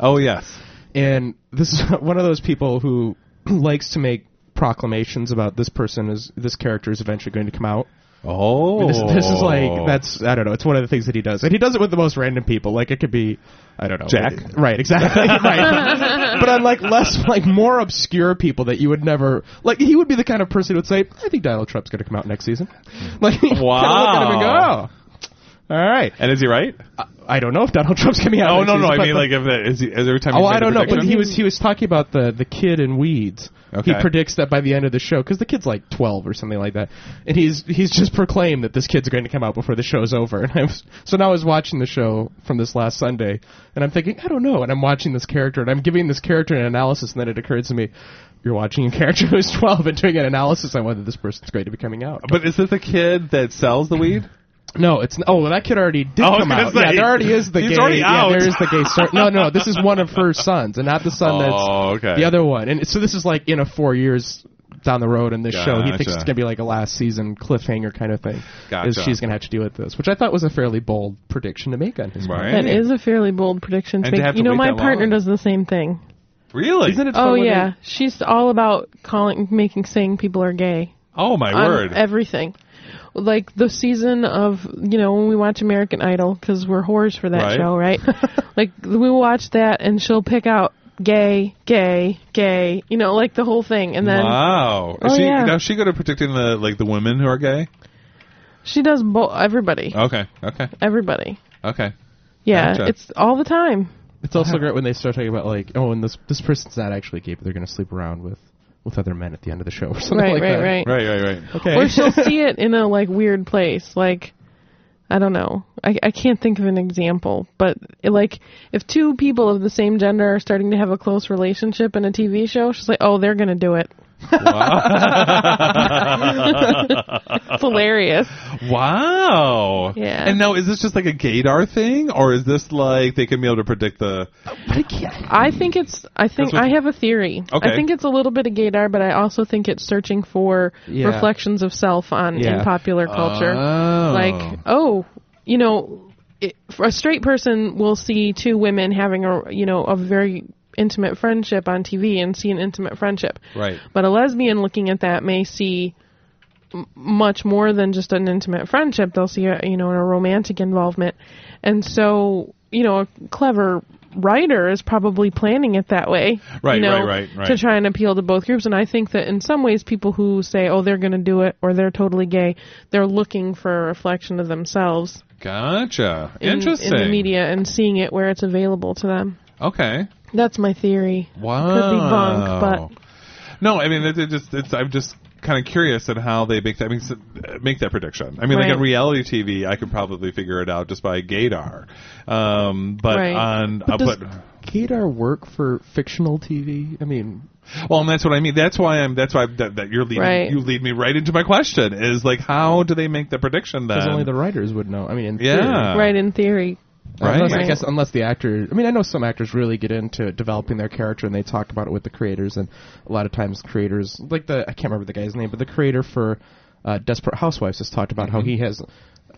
Speaker 6: oh yes.
Speaker 8: and this is one of those people who likes to make proclamations about this person is this character is eventually going to come out.
Speaker 6: Oh,
Speaker 8: This, this is like that's I don't know. It's one of the things that he does, and he does it with the most random people. Like it could be I don't know
Speaker 6: Jack?
Speaker 8: right? Exactly, right. but on like less like more obscure people that you would never like. He would be the kind of person who would say, "I think Donald Trump's going to come out next season." Like you kinda look at him and
Speaker 6: Wow.
Speaker 8: go, "Oh, all right."
Speaker 6: And is he right?
Speaker 8: I don't know if Donald Trump's coming out.
Speaker 6: Oh
Speaker 8: next
Speaker 6: no, no.
Speaker 8: season,
Speaker 6: I
Speaker 8: but
Speaker 6: mean,
Speaker 8: the-
Speaker 6: like, if that is he, is every time.
Speaker 8: Oh,
Speaker 6: he's made
Speaker 8: I
Speaker 6: a
Speaker 8: don't know, but
Speaker 6: prediction?
Speaker 8: he was he was talking about the the kid in weeds.
Speaker 6: Okay.
Speaker 8: He predicts that by the end of the show, because the kid's like twelve or something like that, and he's he's just proclaimed that this kid's going to come out before the show's over. And I was so now I was watching the show from this last Sunday, and I'm thinking I don't know, and I'm watching this character, and I'm giving this character an analysis, and then it occurred to me, you're watching a character who's twelve and doing an analysis on whether this person's going to be coming out.
Speaker 6: But is it the kid that sells the weed?
Speaker 8: No, it's oh well, that kid already did
Speaker 6: I was
Speaker 8: come
Speaker 6: gonna
Speaker 8: out.
Speaker 6: say,
Speaker 8: yeah, there already is the gay.
Speaker 6: he's already
Speaker 8: yeah,
Speaker 6: out.
Speaker 8: there is the gay. Sir. No, no, this is one of her sons, and not the son
Speaker 6: Oh,
Speaker 8: that's
Speaker 6: okay.
Speaker 8: the other one. And so this is like in a four years down the road in this show. He thinks
Speaker 6: Gotcha.
Speaker 8: it's gonna be like a last season cliffhanger kind of thing. Is
Speaker 6: Gotcha.
Speaker 8: she's gonna have to deal with this, which I thought was a fairly bold prediction to make on his part.
Speaker 6: Right.
Speaker 7: That is a fairly bold prediction to
Speaker 6: And to
Speaker 7: make.
Speaker 6: have to
Speaker 7: you know,
Speaker 6: wait
Speaker 7: my
Speaker 6: that
Speaker 7: partner
Speaker 6: long?
Speaker 7: does the same thing.
Speaker 6: Really?
Speaker 8: Isn't it?
Speaker 7: Oh
Speaker 8: fun when
Speaker 7: yeah, she's all about calling, making, saying people are gay
Speaker 6: Oh my
Speaker 7: on
Speaker 6: word.
Speaker 7: everything. Like the season of you know when we watch American Idol because we're whores for that
Speaker 6: Right.
Speaker 7: show, right? like we watch that and she'll pick out gay, gay, gay. You know, like the whole thing, and then
Speaker 6: wow. Is
Speaker 7: Oh,
Speaker 6: she,
Speaker 7: yeah.
Speaker 6: Now is she good at predicting the like the women who are gay?
Speaker 7: she does bo- everybody,
Speaker 6: Okay. Okay.
Speaker 7: everybody.
Speaker 6: Okay.
Speaker 7: Yeah,
Speaker 6: Oh. Gotcha.
Speaker 7: it's all the time.
Speaker 8: It's also great when they start talking about like, oh, and this this person's not actually gay, but they're gonna sleep around with with other men at the end of the show or something
Speaker 7: Right,
Speaker 8: like
Speaker 7: right,
Speaker 8: that.
Speaker 7: right,
Speaker 6: Right, right, right.
Speaker 8: Okay.
Speaker 7: Or she'll see it in a like weird place, like I don't know. I I can't think of an example, but like if two people of the same gender are starting to have a close relationship in a TV show, she's like, "Oh, they're gonna do it." it's hilarious.
Speaker 6: Wow.
Speaker 7: Yeah.
Speaker 6: And now, is this just like a Gadar thing, or is this like they can be able to predict the?
Speaker 7: I think it's. I
Speaker 6: That's
Speaker 7: think
Speaker 6: what-
Speaker 7: I have a theory.
Speaker 6: Okay.
Speaker 7: I think it's a little bit of gaydar, but I also think it's searching for
Speaker 8: Yeah.
Speaker 7: reflections of self on
Speaker 8: Yeah.
Speaker 7: in popular culture.
Speaker 6: Oh.
Speaker 7: Like, oh, you know, it, for a straight person will see two women having a you know a very intimate friendship on TV and see an intimate friendship.
Speaker 6: Right.
Speaker 7: But a lesbian looking at that may see m- much more than just an intimate friendship. They'll see, a, you know, a romantic involvement. And so, you know, a clever writer is probably planning it that way.
Speaker 6: Right,
Speaker 7: you know,
Speaker 6: right, right, right.
Speaker 7: To try and appeal to both groups. And I think that in some ways, people who say, oh, they're going to do it or they're totally gay, they're looking for a reflection of themselves
Speaker 6: Gotcha.
Speaker 7: in,
Speaker 6: Interesting.
Speaker 7: in the media and seeing it where it's available to them.
Speaker 6: Okay.
Speaker 7: That's my theory.
Speaker 6: Wow.
Speaker 7: bunk,
Speaker 6: No, I mean, it, it just it's. I'm just kind of curious at how they make that makes it- make that prediction. I mean, like
Speaker 7: Right.
Speaker 6: on reality TV, I could probably figure it out just by Gadar. Um, but
Speaker 7: Right.
Speaker 6: on
Speaker 8: But
Speaker 6: uh,
Speaker 8: does
Speaker 6: but
Speaker 8: Gator work for fictional TV? I mean,
Speaker 6: Well, and that's what I mean. That's why I'm. That's why that, that you're leading.
Speaker 7: Right.
Speaker 6: You lead me right into my question. Is like, how do they make the prediction then?
Speaker 8: because only the writers would know. I mean, in theory.
Speaker 6: Um, yeah,
Speaker 7: right, in theory.
Speaker 6: Right.
Speaker 8: Unless, I
Speaker 7: Right.
Speaker 8: guess unless the actor, I mean, I know some actors really get into developing their character and they talk about it with the creators, and a lot of times creators, like the I can't remember the guy's name, but the creator for uh, Desperate Housewives has talked about how
Speaker 6: Mm-hmm.
Speaker 8: he has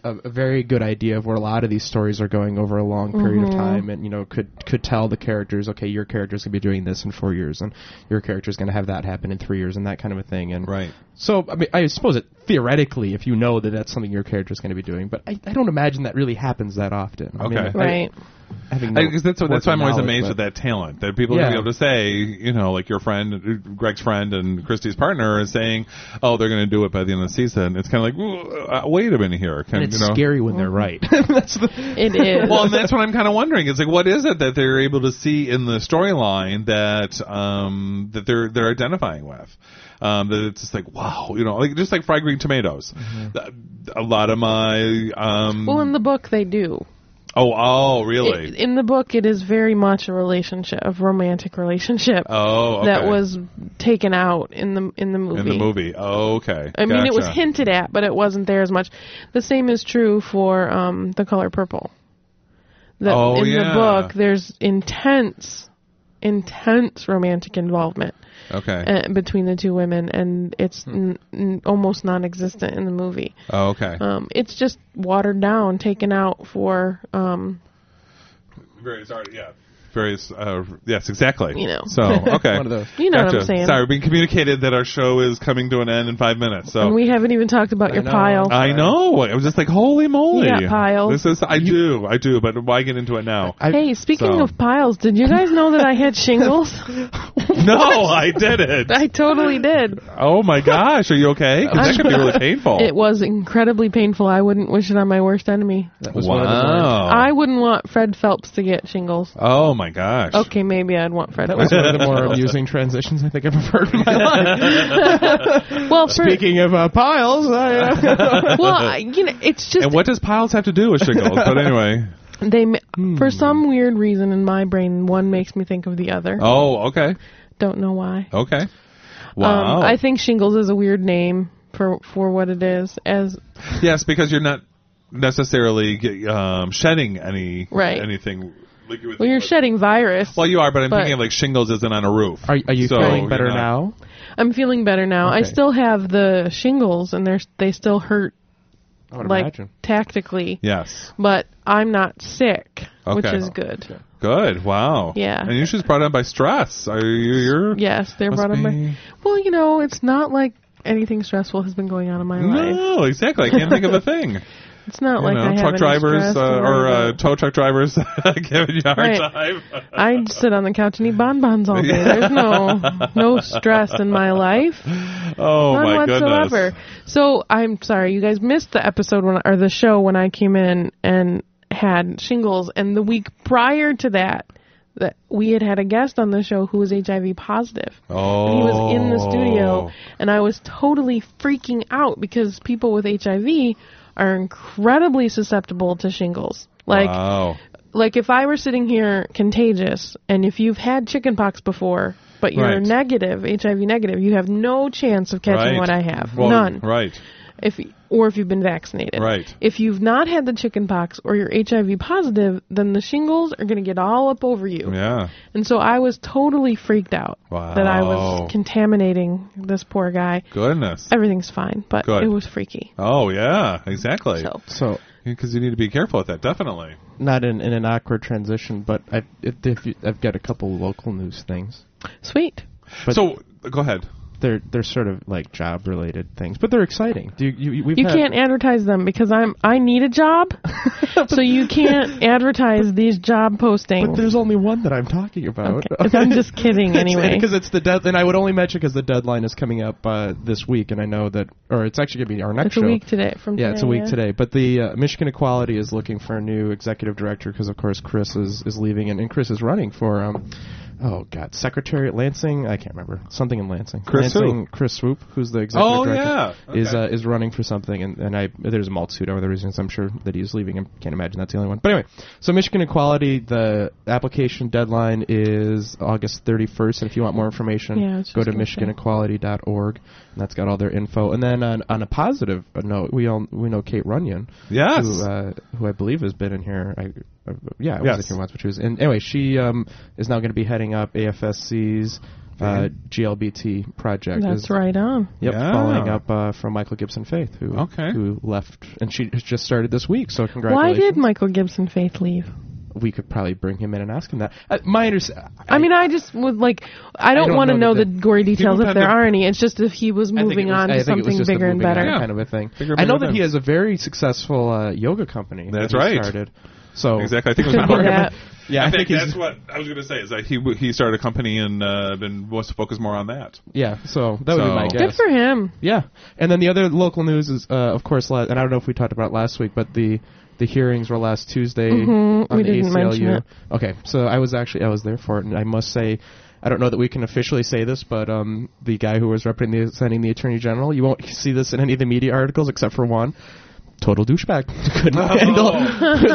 Speaker 8: a, a very good idea of where a lot of these stories are going over a long period of time, and you know could could tell the characters, okay, your character's gonna be doing this in four years, and your character's gonna have that happen in three years, and that kind of a thing, and
Speaker 6: Right.
Speaker 8: so I mean, I suppose it theoretically, if you know that that's something your character's going to be doing, but I, I don't imagine that really happens that often. I mean,
Speaker 6: Okay.
Speaker 8: I-
Speaker 7: Right.
Speaker 8: having no
Speaker 6: I, 'cause that's what- that's why I'm always
Speaker 8: working
Speaker 6: amazed
Speaker 8: knowledge,
Speaker 6: at that talent that people are gonna
Speaker 8: Yeah.
Speaker 6: be able to say, you know, like your friend, Greg's friend, and Christie's partner is saying, oh, they're going to do it by the end of the season. It's kind of like, "Ooh, uh, wait a minute here.
Speaker 8: but-
Speaker 6: Can,
Speaker 8: and it's
Speaker 6: you know?
Speaker 8: scary when they're right. that's the,
Speaker 7: It is.
Speaker 6: well, and that's what I'm kind of wondering. It's like, what is it that they're able to see in the storyline that um, that they're they're identifying with? Um, that it's just like, wow, you know, like just like fried green tomatoes.
Speaker 8: Mm-hmm.
Speaker 6: Th- A lot of my um,
Speaker 7: well, in the book, they do.
Speaker 6: oh oh really
Speaker 7: It- in the book, it is very much a relationship, a romantic relationship
Speaker 6: oh okay.
Speaker 7: that was taken out in the in the movie.
Speaker 6: in the movie. Oh, okay,
Speaker 7: I mean, it was
Speaker 6: Gotcha.
Speaker 7: hinted at, but it wasn't there as much. The same is true for um, the color purple. The,
Speaker 6: Oh,
Speaker 7: in
Speaker 6: yeah.
Speaker 7: the book, there's intense, intense romantic involvement
Speaker 6: Okay, Hmm.
Speaker 7: uh, between the two women, and it's n- n- almost non-existent in the movie.
Speaker 6: oh, okay,
Speaker 7: Um, it's just watered down, taken out for um,
Speaker 6: various art, yeah. Various, uh, yes, exactly.
Speaker 7: You know.
Speaker 6: so okay,
Speaker 8: One of those.
Speaker 7: You know what
Speaker 6: Gotcha.
Speaker 7: I'm saying.
Speaker 6: Sorry, we're being communicated that our show is coming to an end in five minutes. So
Speaker 7: And we haven't even talked about your
Speaker 8: know.
Speaker 7: pile.
Speaker 6: Oh. I know. I was just like, holy moly.
Speaker 7: You got piles.
Speaker 6: This is, I do, I do, but why get into it now?
Speaker 8: I-
Speaker 7: hey, speaking
Speaker 6: so-
Speaker 7: of piles, did you guys know that I had shingles?
Speaker 6: no, I did it.
Speaker 7: I totally did.
Speaker 6: Oh my gosh, are you okay? 'Cause that could be really painful.
Speaker 7: It was incredibly painful. I wouldn't wish it on my worst enemy.
Speaker 8: that was one of the words.
Speaker 6: wow.
Speaker 7: I wouldn't want Fred Phelps to get shingles.
Speaker 6: oh my gosh.
Speaker 7: Okay, maybe I'd want Fred.
Speaker 8: That was one of the more amusing transitions I think I've ever heard in my life.
Speaker 7: well, for,
Speaker 8: Speaking of uh, piles, I, uh,
Speaker 7: well, I- you know, it's just
Speaker 6: And what does piles have to do with shingles? But anyway.
Speaker 7: they ma-
Speaker 6: Hmm.
Speaker 7: for some weird reason in my brain one makes me think of the other.
Speaker 6: Oh, okay.
Speaker 7: Don't know why.
Speaker 6: Okay. Wow.
Speaker 7: Um, I think shingles is a weird name for for what it is. As
Speaker 6: yes, because you're not necessarily um, shedding any
Speaker 7: Right.
Speaker 6: anything. Like you would
Speaker 7: well,
Speaker 6: think
Speaker 7: you're
Speaker 6: would-
Speaker 7: shedding virus.
Speaker 6: Well, you are, but I'm
Speaker 7: but-
Speaker 6: thinking of like shingles isn't on a roof.
Speaker 8: are, are you
Speaker 6: So
Speaker 8: feeling
Speaker 6: you're
Speaker 8: better
Speaker 6: not-
Speaker 8: now?
Speaker 7: I'm feeling better now. I
Speaker 8: Okay.
Speaker 7: still have the shingles, and they're they still hurt
Speaker 8: I would
Speaker 7: like
Speaker 8: imagine.
Speaker 7: tactically,
Speaker 6: Yes.
Speaker 7: but I'm not sick, which
Speaker 6: Okay.
Speaker 7: is good.
Speaker 6: Good. Wow.
Speaker 7: Yeah.
Speaker 6: And you just brought on by stress. Are you? You're.
Speaker 7: Yes, they're
Speaker 6: Must
Speaker 7: brought on
Speaker 6: be-
Speaker 7: by. Well, you know, it's not like anything stressful has been going on in my life.
Speaker 6: No, exactly. I can't think of a thing. You
Speaker 7: It's not like I
Speaker 6: know,
Speaker 7: have
Speaker 6: truck
Speaker 7: any
Speaker 6: drivers
Speaker 7: stress
Speaker 6: uh, or uh, tow truck drivers giving you a hard
Speaker 7: Right.
Speaker 6: time.
Speaker 7: I sit on the couch and eat bonbons all day. There's no no stress in my life,
Speaker 6: oh
Speaker 7: none
Speaker 6: my
Speaker 7: whatsoever.
Speaker 6: goodness.
Speaker 7: So I'm sorry you guys missed the episode when or the show when I came in and had shingles, and the week prior to that. that we had had a guest on the show who was HIV positive.
Speaker 6: Oh.
Speaker 7: And he was in the studio, and I was totally freaking out because people with HIV are incredibly susceptible to shingles. Like,
Speaker 6: wow.
Speaker 7: like if I were sitting here contagious, and if you've had chickenpox before, but you're
Speaker 6: Right.
Speaker 7: negative, HIV negative, you have no chance of
Speaker 6: Right.
Speaker 7: catching what I have,
Speaker 6: Well,
Speaker 7: none.
Speaker 6: Right.
Speaker 7: If or if you've been vaccinated,
Speaker 6: Right.
Speaker 7: If you've not had the chickenpox or you're HIV positive, then the shingles are going to get all up over you.
Speaker 6: Yeah.
Speaker 7: And so I was totally freaked out
Speaker 6: Wow.
Speaker 7: that I was contaminating this poor guy.
Speaker 6: Goodness.
Speaker 7: Everything's fine, but
Speaker 6: Good.
Speaker 7: it was freaky.
Speaker 6: Oh yeah, exactly.
Speaker 7: So
Speaker 8: So
Speaker 6: Because you need to be careful with that, definitely.
Speaker 8: not in, in an awkward transition, but I've, if, if you, I've got a couple local news things.
Speaker 7: sweet.
Speaker 8: But
Speaker 6: so go ahead.
Speaker 8: they're they're sort of like job related things, but they're exciting. Do you, you, you- we've
Speaker 7: You
Speaker 8: had-
Speaker 7: can't advertise them because I'm I need a job. so you can't advertise these job
Speaker 8: But
Speaker 7: postings.
Speaker 8: there's only one that I'm talking about.
Speaker 7: Okay. I'm just kidding anyway.
Speaker 8: Because it's the dead, and I would only mention because the deadline is coming up uh, this week, and I know that, or it's actually going to be our next
Speaker 7: It's a
Speaker 8: show.
Speaker 7: week today from
Speaker 8: Yeah,
Speaker 7: today,
Speaker 8: it's a week today. But the uh, Michigan Equality is looking for a new executive director because, of course, Chris is, is leaving, and, and Chris is running for, um, oh God, Secretary at Lansing. I can't remember something in Lansing.
Speaker 6: Chris
Speaker 8: Lansing, Chris Swoop, who's the executive
Speaker 6: Oh,
Speaker 8: director,
Speaker 6: yeah.
Speaker 8: is
Speaker 6: Okay.
Speaker 8: uh, is running for something, and, and I there's a multitude of other reasons I'm sure that he's leaving. I can't imagine that's the only one. But anyway, so Michigan Equality, the application deadline is August 31st, and if you want more information,
Speaker 7: Yeah, I was
Speaker 8: go
Speaker 7: just
Speaker 8: to
Speaker 7: gonna say.
Speaker 8: michiganequality.org, and that's got all their info. And then on, on a positive note, we all we know Kate Runyon,
Speaker 6: Yes.
Speaker 8: who, uh, who I believe has been in here. I, uh, yeah, I
Speaker 6: Yes.
Speaker 8: was here once, but she was. And anyway, she um, is now going to be heading up AFSC's uh, GLBT project.
Speaker 7: That's
Speaker 8: Is-
Speaker 7: right on.
Speaker 8: Yep,
Speaker 6: Yeah.
Speaker 8: following up uh, from Michael Gibson Faith, who
Speaker 6: Okay.
Speaker 8: who left, and she has just started this week. So
Speaker 7: Why
Speaker 8: congratulations.
Speaker 7: did Michael Gibson Faith leave?
Speaker 8: we could probably bring him in and ask him that? Uh, my understanding.
Speaker 7: I, mean, I just would like. I don't,
Speaker 8: don't
Speaker 7: want to
Speaker 8: know
Speaker 7: know
Speaker 8: that
Speaker 7: the
Speaker 8: the-
Speaker 7: gory details
Speaker 6: People
Speaker 7: if there
Speaker 6: have the-
Speaker 7: are any. It's just if he was moving on to something bigger and better.
Speaker 6: on.
Speaker 8: kind of a thing.
Speaker 6: Bigger,
Speaker 8: I know
Speaker 6: better
Speaker 8: that he
Speaker 6: than-
Speaker 8: has a very successful uh, yoga company.
Speaker 6: That's
Speaker 8: that he
Speaker 6: right.
Speaker 8: Started. So
Speaker 6: Exactly. I think it
Speaker 7: Could
Speaker 6: was
Speaker 7: be
Speaker 6: Mark.
Speaker 7: that.
Speaker 8: Yeah,
Speaker 6: I,
Speaker 8: I,
Speaker 6: think,
Speaker 8: he's-
Speaker 6: that's what I was going to say is that he w- he started a company and uh, been wants to focus more on that.
Speaker 8: Yeah, so that would be my
Speaker 6: So-
Speaker 8: guess.
Speaker 7: Good for him.
Speaker 8: Yeah, and then the other local news is, uh, of course, la- and I don't know if we talked about it last week, but the the hearings were last Tuesday
Speaker 7: Mhm,
Speaker 8: on
Speaker 7: we
Speaker 8: the
Speaker 7: didn't
Speaker 8: ACLU.
Speaker 7: mention it.
Speaker 8: Okay, so I was actually I was there for it, and I must say, I don't know that we can officially say this, but um, the guy who was representing the attorney general, you won't see this in any of the media articles except for one. Total douchebag. Couldn't handle,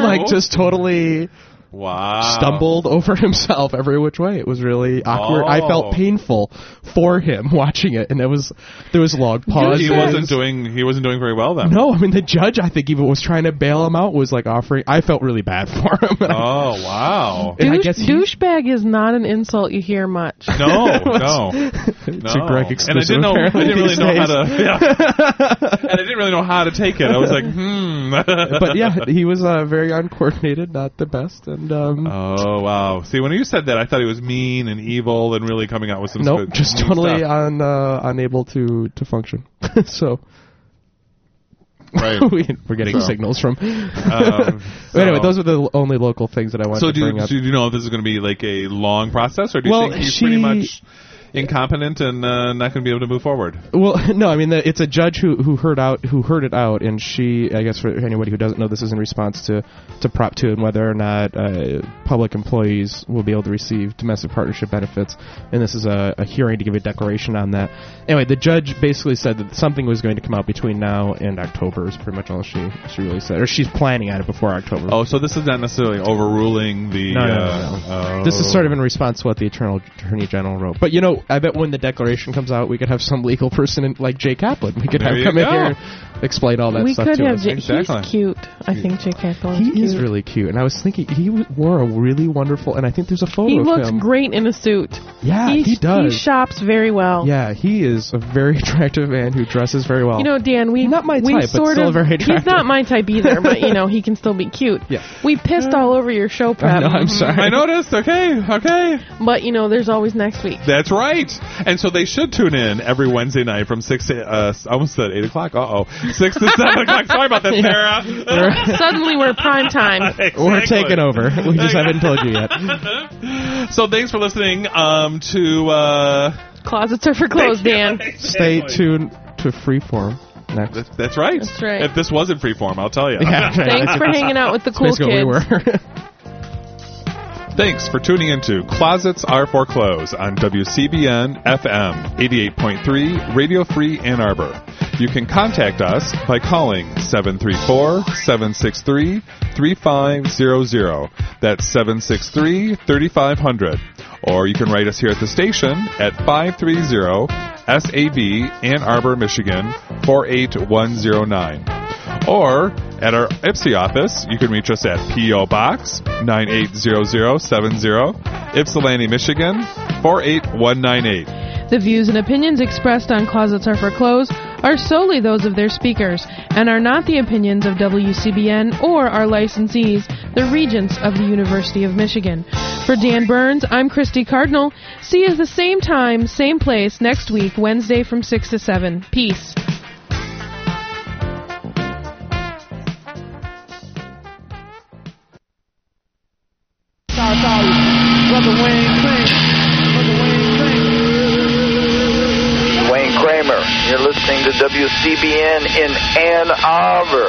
Speaker 8: like just totally
Speaker 6: Wow.
Speaker 8: stumbled over himself every which way. It was really awkward. I
Speaker 6: Um, Oh.
Speaker 8: felt painful for him watching it, and there was there was long pause.
Speaker 6: He wasn't doing he wasn't doing very well then.
Speaker 8: No, I mean the judge. I think even was trying to bail him out. Was like offering. I felt really bad for him. And I-
Speaker 6: Oh wow.
Speaker 8: And I
Speaker 7: Douche-
Speaker 8: guess he-
Speaker 7: douchebag is not an insult you hear much.
Speaker 6: Oh, No, no,
Speaker 8: it's
Speaker 6: no.
Speaker 8: a Greg
Speaker 6: and I
Speaker 8: exclusive.
Speaker 6: didn't know. I
Speaker 8: apparently,
Speaker 6: didn't really
Speaker 8: these
Speaker 6: know how
Speaker 8: days.
Speaker 6: to. yeah. and I didn't really know how to take it. I was like, hmm.
Speaker 8: But yeah, he was uh, very uncoordinated, not the best, and um,
Speaker 6: Oh wow! See, when you said that, I thought he was mean and evil and really coming out with some.
Speaker 8: nope,
Speaker 6: sort of
Speaker 8: just
Speaker 6: mean
Speaker 8: totally
Speaker 6: stuff.
Speaker 8: un, uh, unable to to function. so
Speaker 6: right.
Speaker 8: uh, we, we're getting
Speaker 6: So.
Speaker 8: signals from.
Speaker 6: Um,
Speaker 8: But anyway,
Speaker 6: so-
Speaker 8: those are the l- only local things that I wanted
Speaker 6: So
Speaker 8: to
Speaker 6: do you,
Speaker 8: bring up.
Speaker 6: do you know if this is going to be like a long process, or do you
Speaker 8: Well,
Speaker 6: think he's
Speaker 8: she-
Speaker 6: pretty much incompetent and uh, not going to be able to move forward?
Speaker 8: well, no, I mean the, it's a judge who who heard out who heard it out, and she, I guess, for anybody who doesn't know, this is in response to to Prop Two and whether or not uh, public employees will be able to receive domestic partnership benefits, and this is a, a hearing to give a declaration on that. Anyway, the judge basically said that something was going to come out between now and October is pretty much all she she really said, or she's planning on it before October.
Speaker 6: Oh, so this is not necessarily overruling the.
Speaker 8: No, no, no,
Speaker 6: uh, oh.
Speaker 8: This is sort of in response to what the Eternal Attorney General wrote. But you know, I bet when the declaration comes out, we could have some legal person in, like Jay Kaplan. We could
Speaker 6: There
Speaker 8: have
Speaker 6: you
Speaker 8: come in
Speaker 6: go.
Speaker 8: here and explain all that
Speaker 7: we
Speaker 8: stuff
Speaker 7: could
Speaker 8: to
Speaker 7: have.
Speaker 8: us.
Speaker 7: J-
Speaker 6: Exactly.
Speaker 7: He's cute. I think Jake Hackle.
Speaker 8: he
Speaker 7: cute.
Speaker 8: is really cute, and I was thinking he w- wore a really wonderful. And I think there's a photo.
Speaker 7: He
Speaker 8: of
Speaker 7: looks
Speaker 8: him.
Speaker 7: great in a suit.
Speaker 8: Yeah, he,
Speaker 7: he
Speaker 8: does.
Speaker 7: He shops very well.
Speaker 8: yeah, he is a very attractive man who dresses very well.
Speaker 7: You know, Dan, we
Speaker 8: Not my
Speaker 7: we
Speaker 8: type, but
Speaker 7: sort
Speaker 8: still
Speaker 7: of,
Speaker 8: very
Speaker 7: He's not
Speaker 8: attractive.
Speaker 7: my type either, but you know he can still be cute.
Speaker 8: Yeah.
Speaker 7: We pissed all over your show
Speaker 8: I
Speaker 7: prep, Mm-hmm.
Speaker 8: know, I'm sorry.
Speaker 6: I noticed. Okay, okay,
Speaker 7: but you know there's always next week.
Speaker 6: that's right. And so they should tune in every Wednesday night from six to uh, I almost said eight o'clock. Uh oh, six to seven o'clock. Sorry about that, Sarah.
Speaker 7: Suddenly we're prime time.
Speaker 8: We're
Speaker 6: Exactly.
Speaker 8: taking over. We just haven't told you yet.
Speaker 6: So thanks for listening um, to. Uh,
Speaker 7: Closets are for clothes, Dan.
Speaker 8: Stay tuned to Freeform next.
Speaker 6: That- That's right.
Speaker 7: That's right.
Speaker 6: If this wasn't freeform, I'll tell you.
Speaker 8: Yeah,
Speaker 7: Thanks for hanging out with the cool
Speaker 8: basically
Speaker 7: kids.
Speaker 8: what we were.
Speaker 6: Thanks for tuning into Closets Are for Clothes on WCBN FM 88.3 Radio Free Ann Arbor. You can contact us by calling 734-763-3500. That's 763-3500. Or you can write us here at the station at 530 SAB Ann Arbor, Michigan 48109. Or at our Ipsy E office, you can reach us at P.O. Box 980070, Ypsilanti, Michigan 48198.
Speaker 7: The views and opinions expressed on Closets Are for Clothes are solely those of their speakers and are not the opinions of WCBN or our licensees, the regents of the University of Michigan. For Dan Burns, I'm Christy Cardinal. See you at the same time, same place next week, Wednesday from 6 to 7. Peace.
Speaker 9: Wayne Kramer. You're listening to WCBN in Ann Arbor.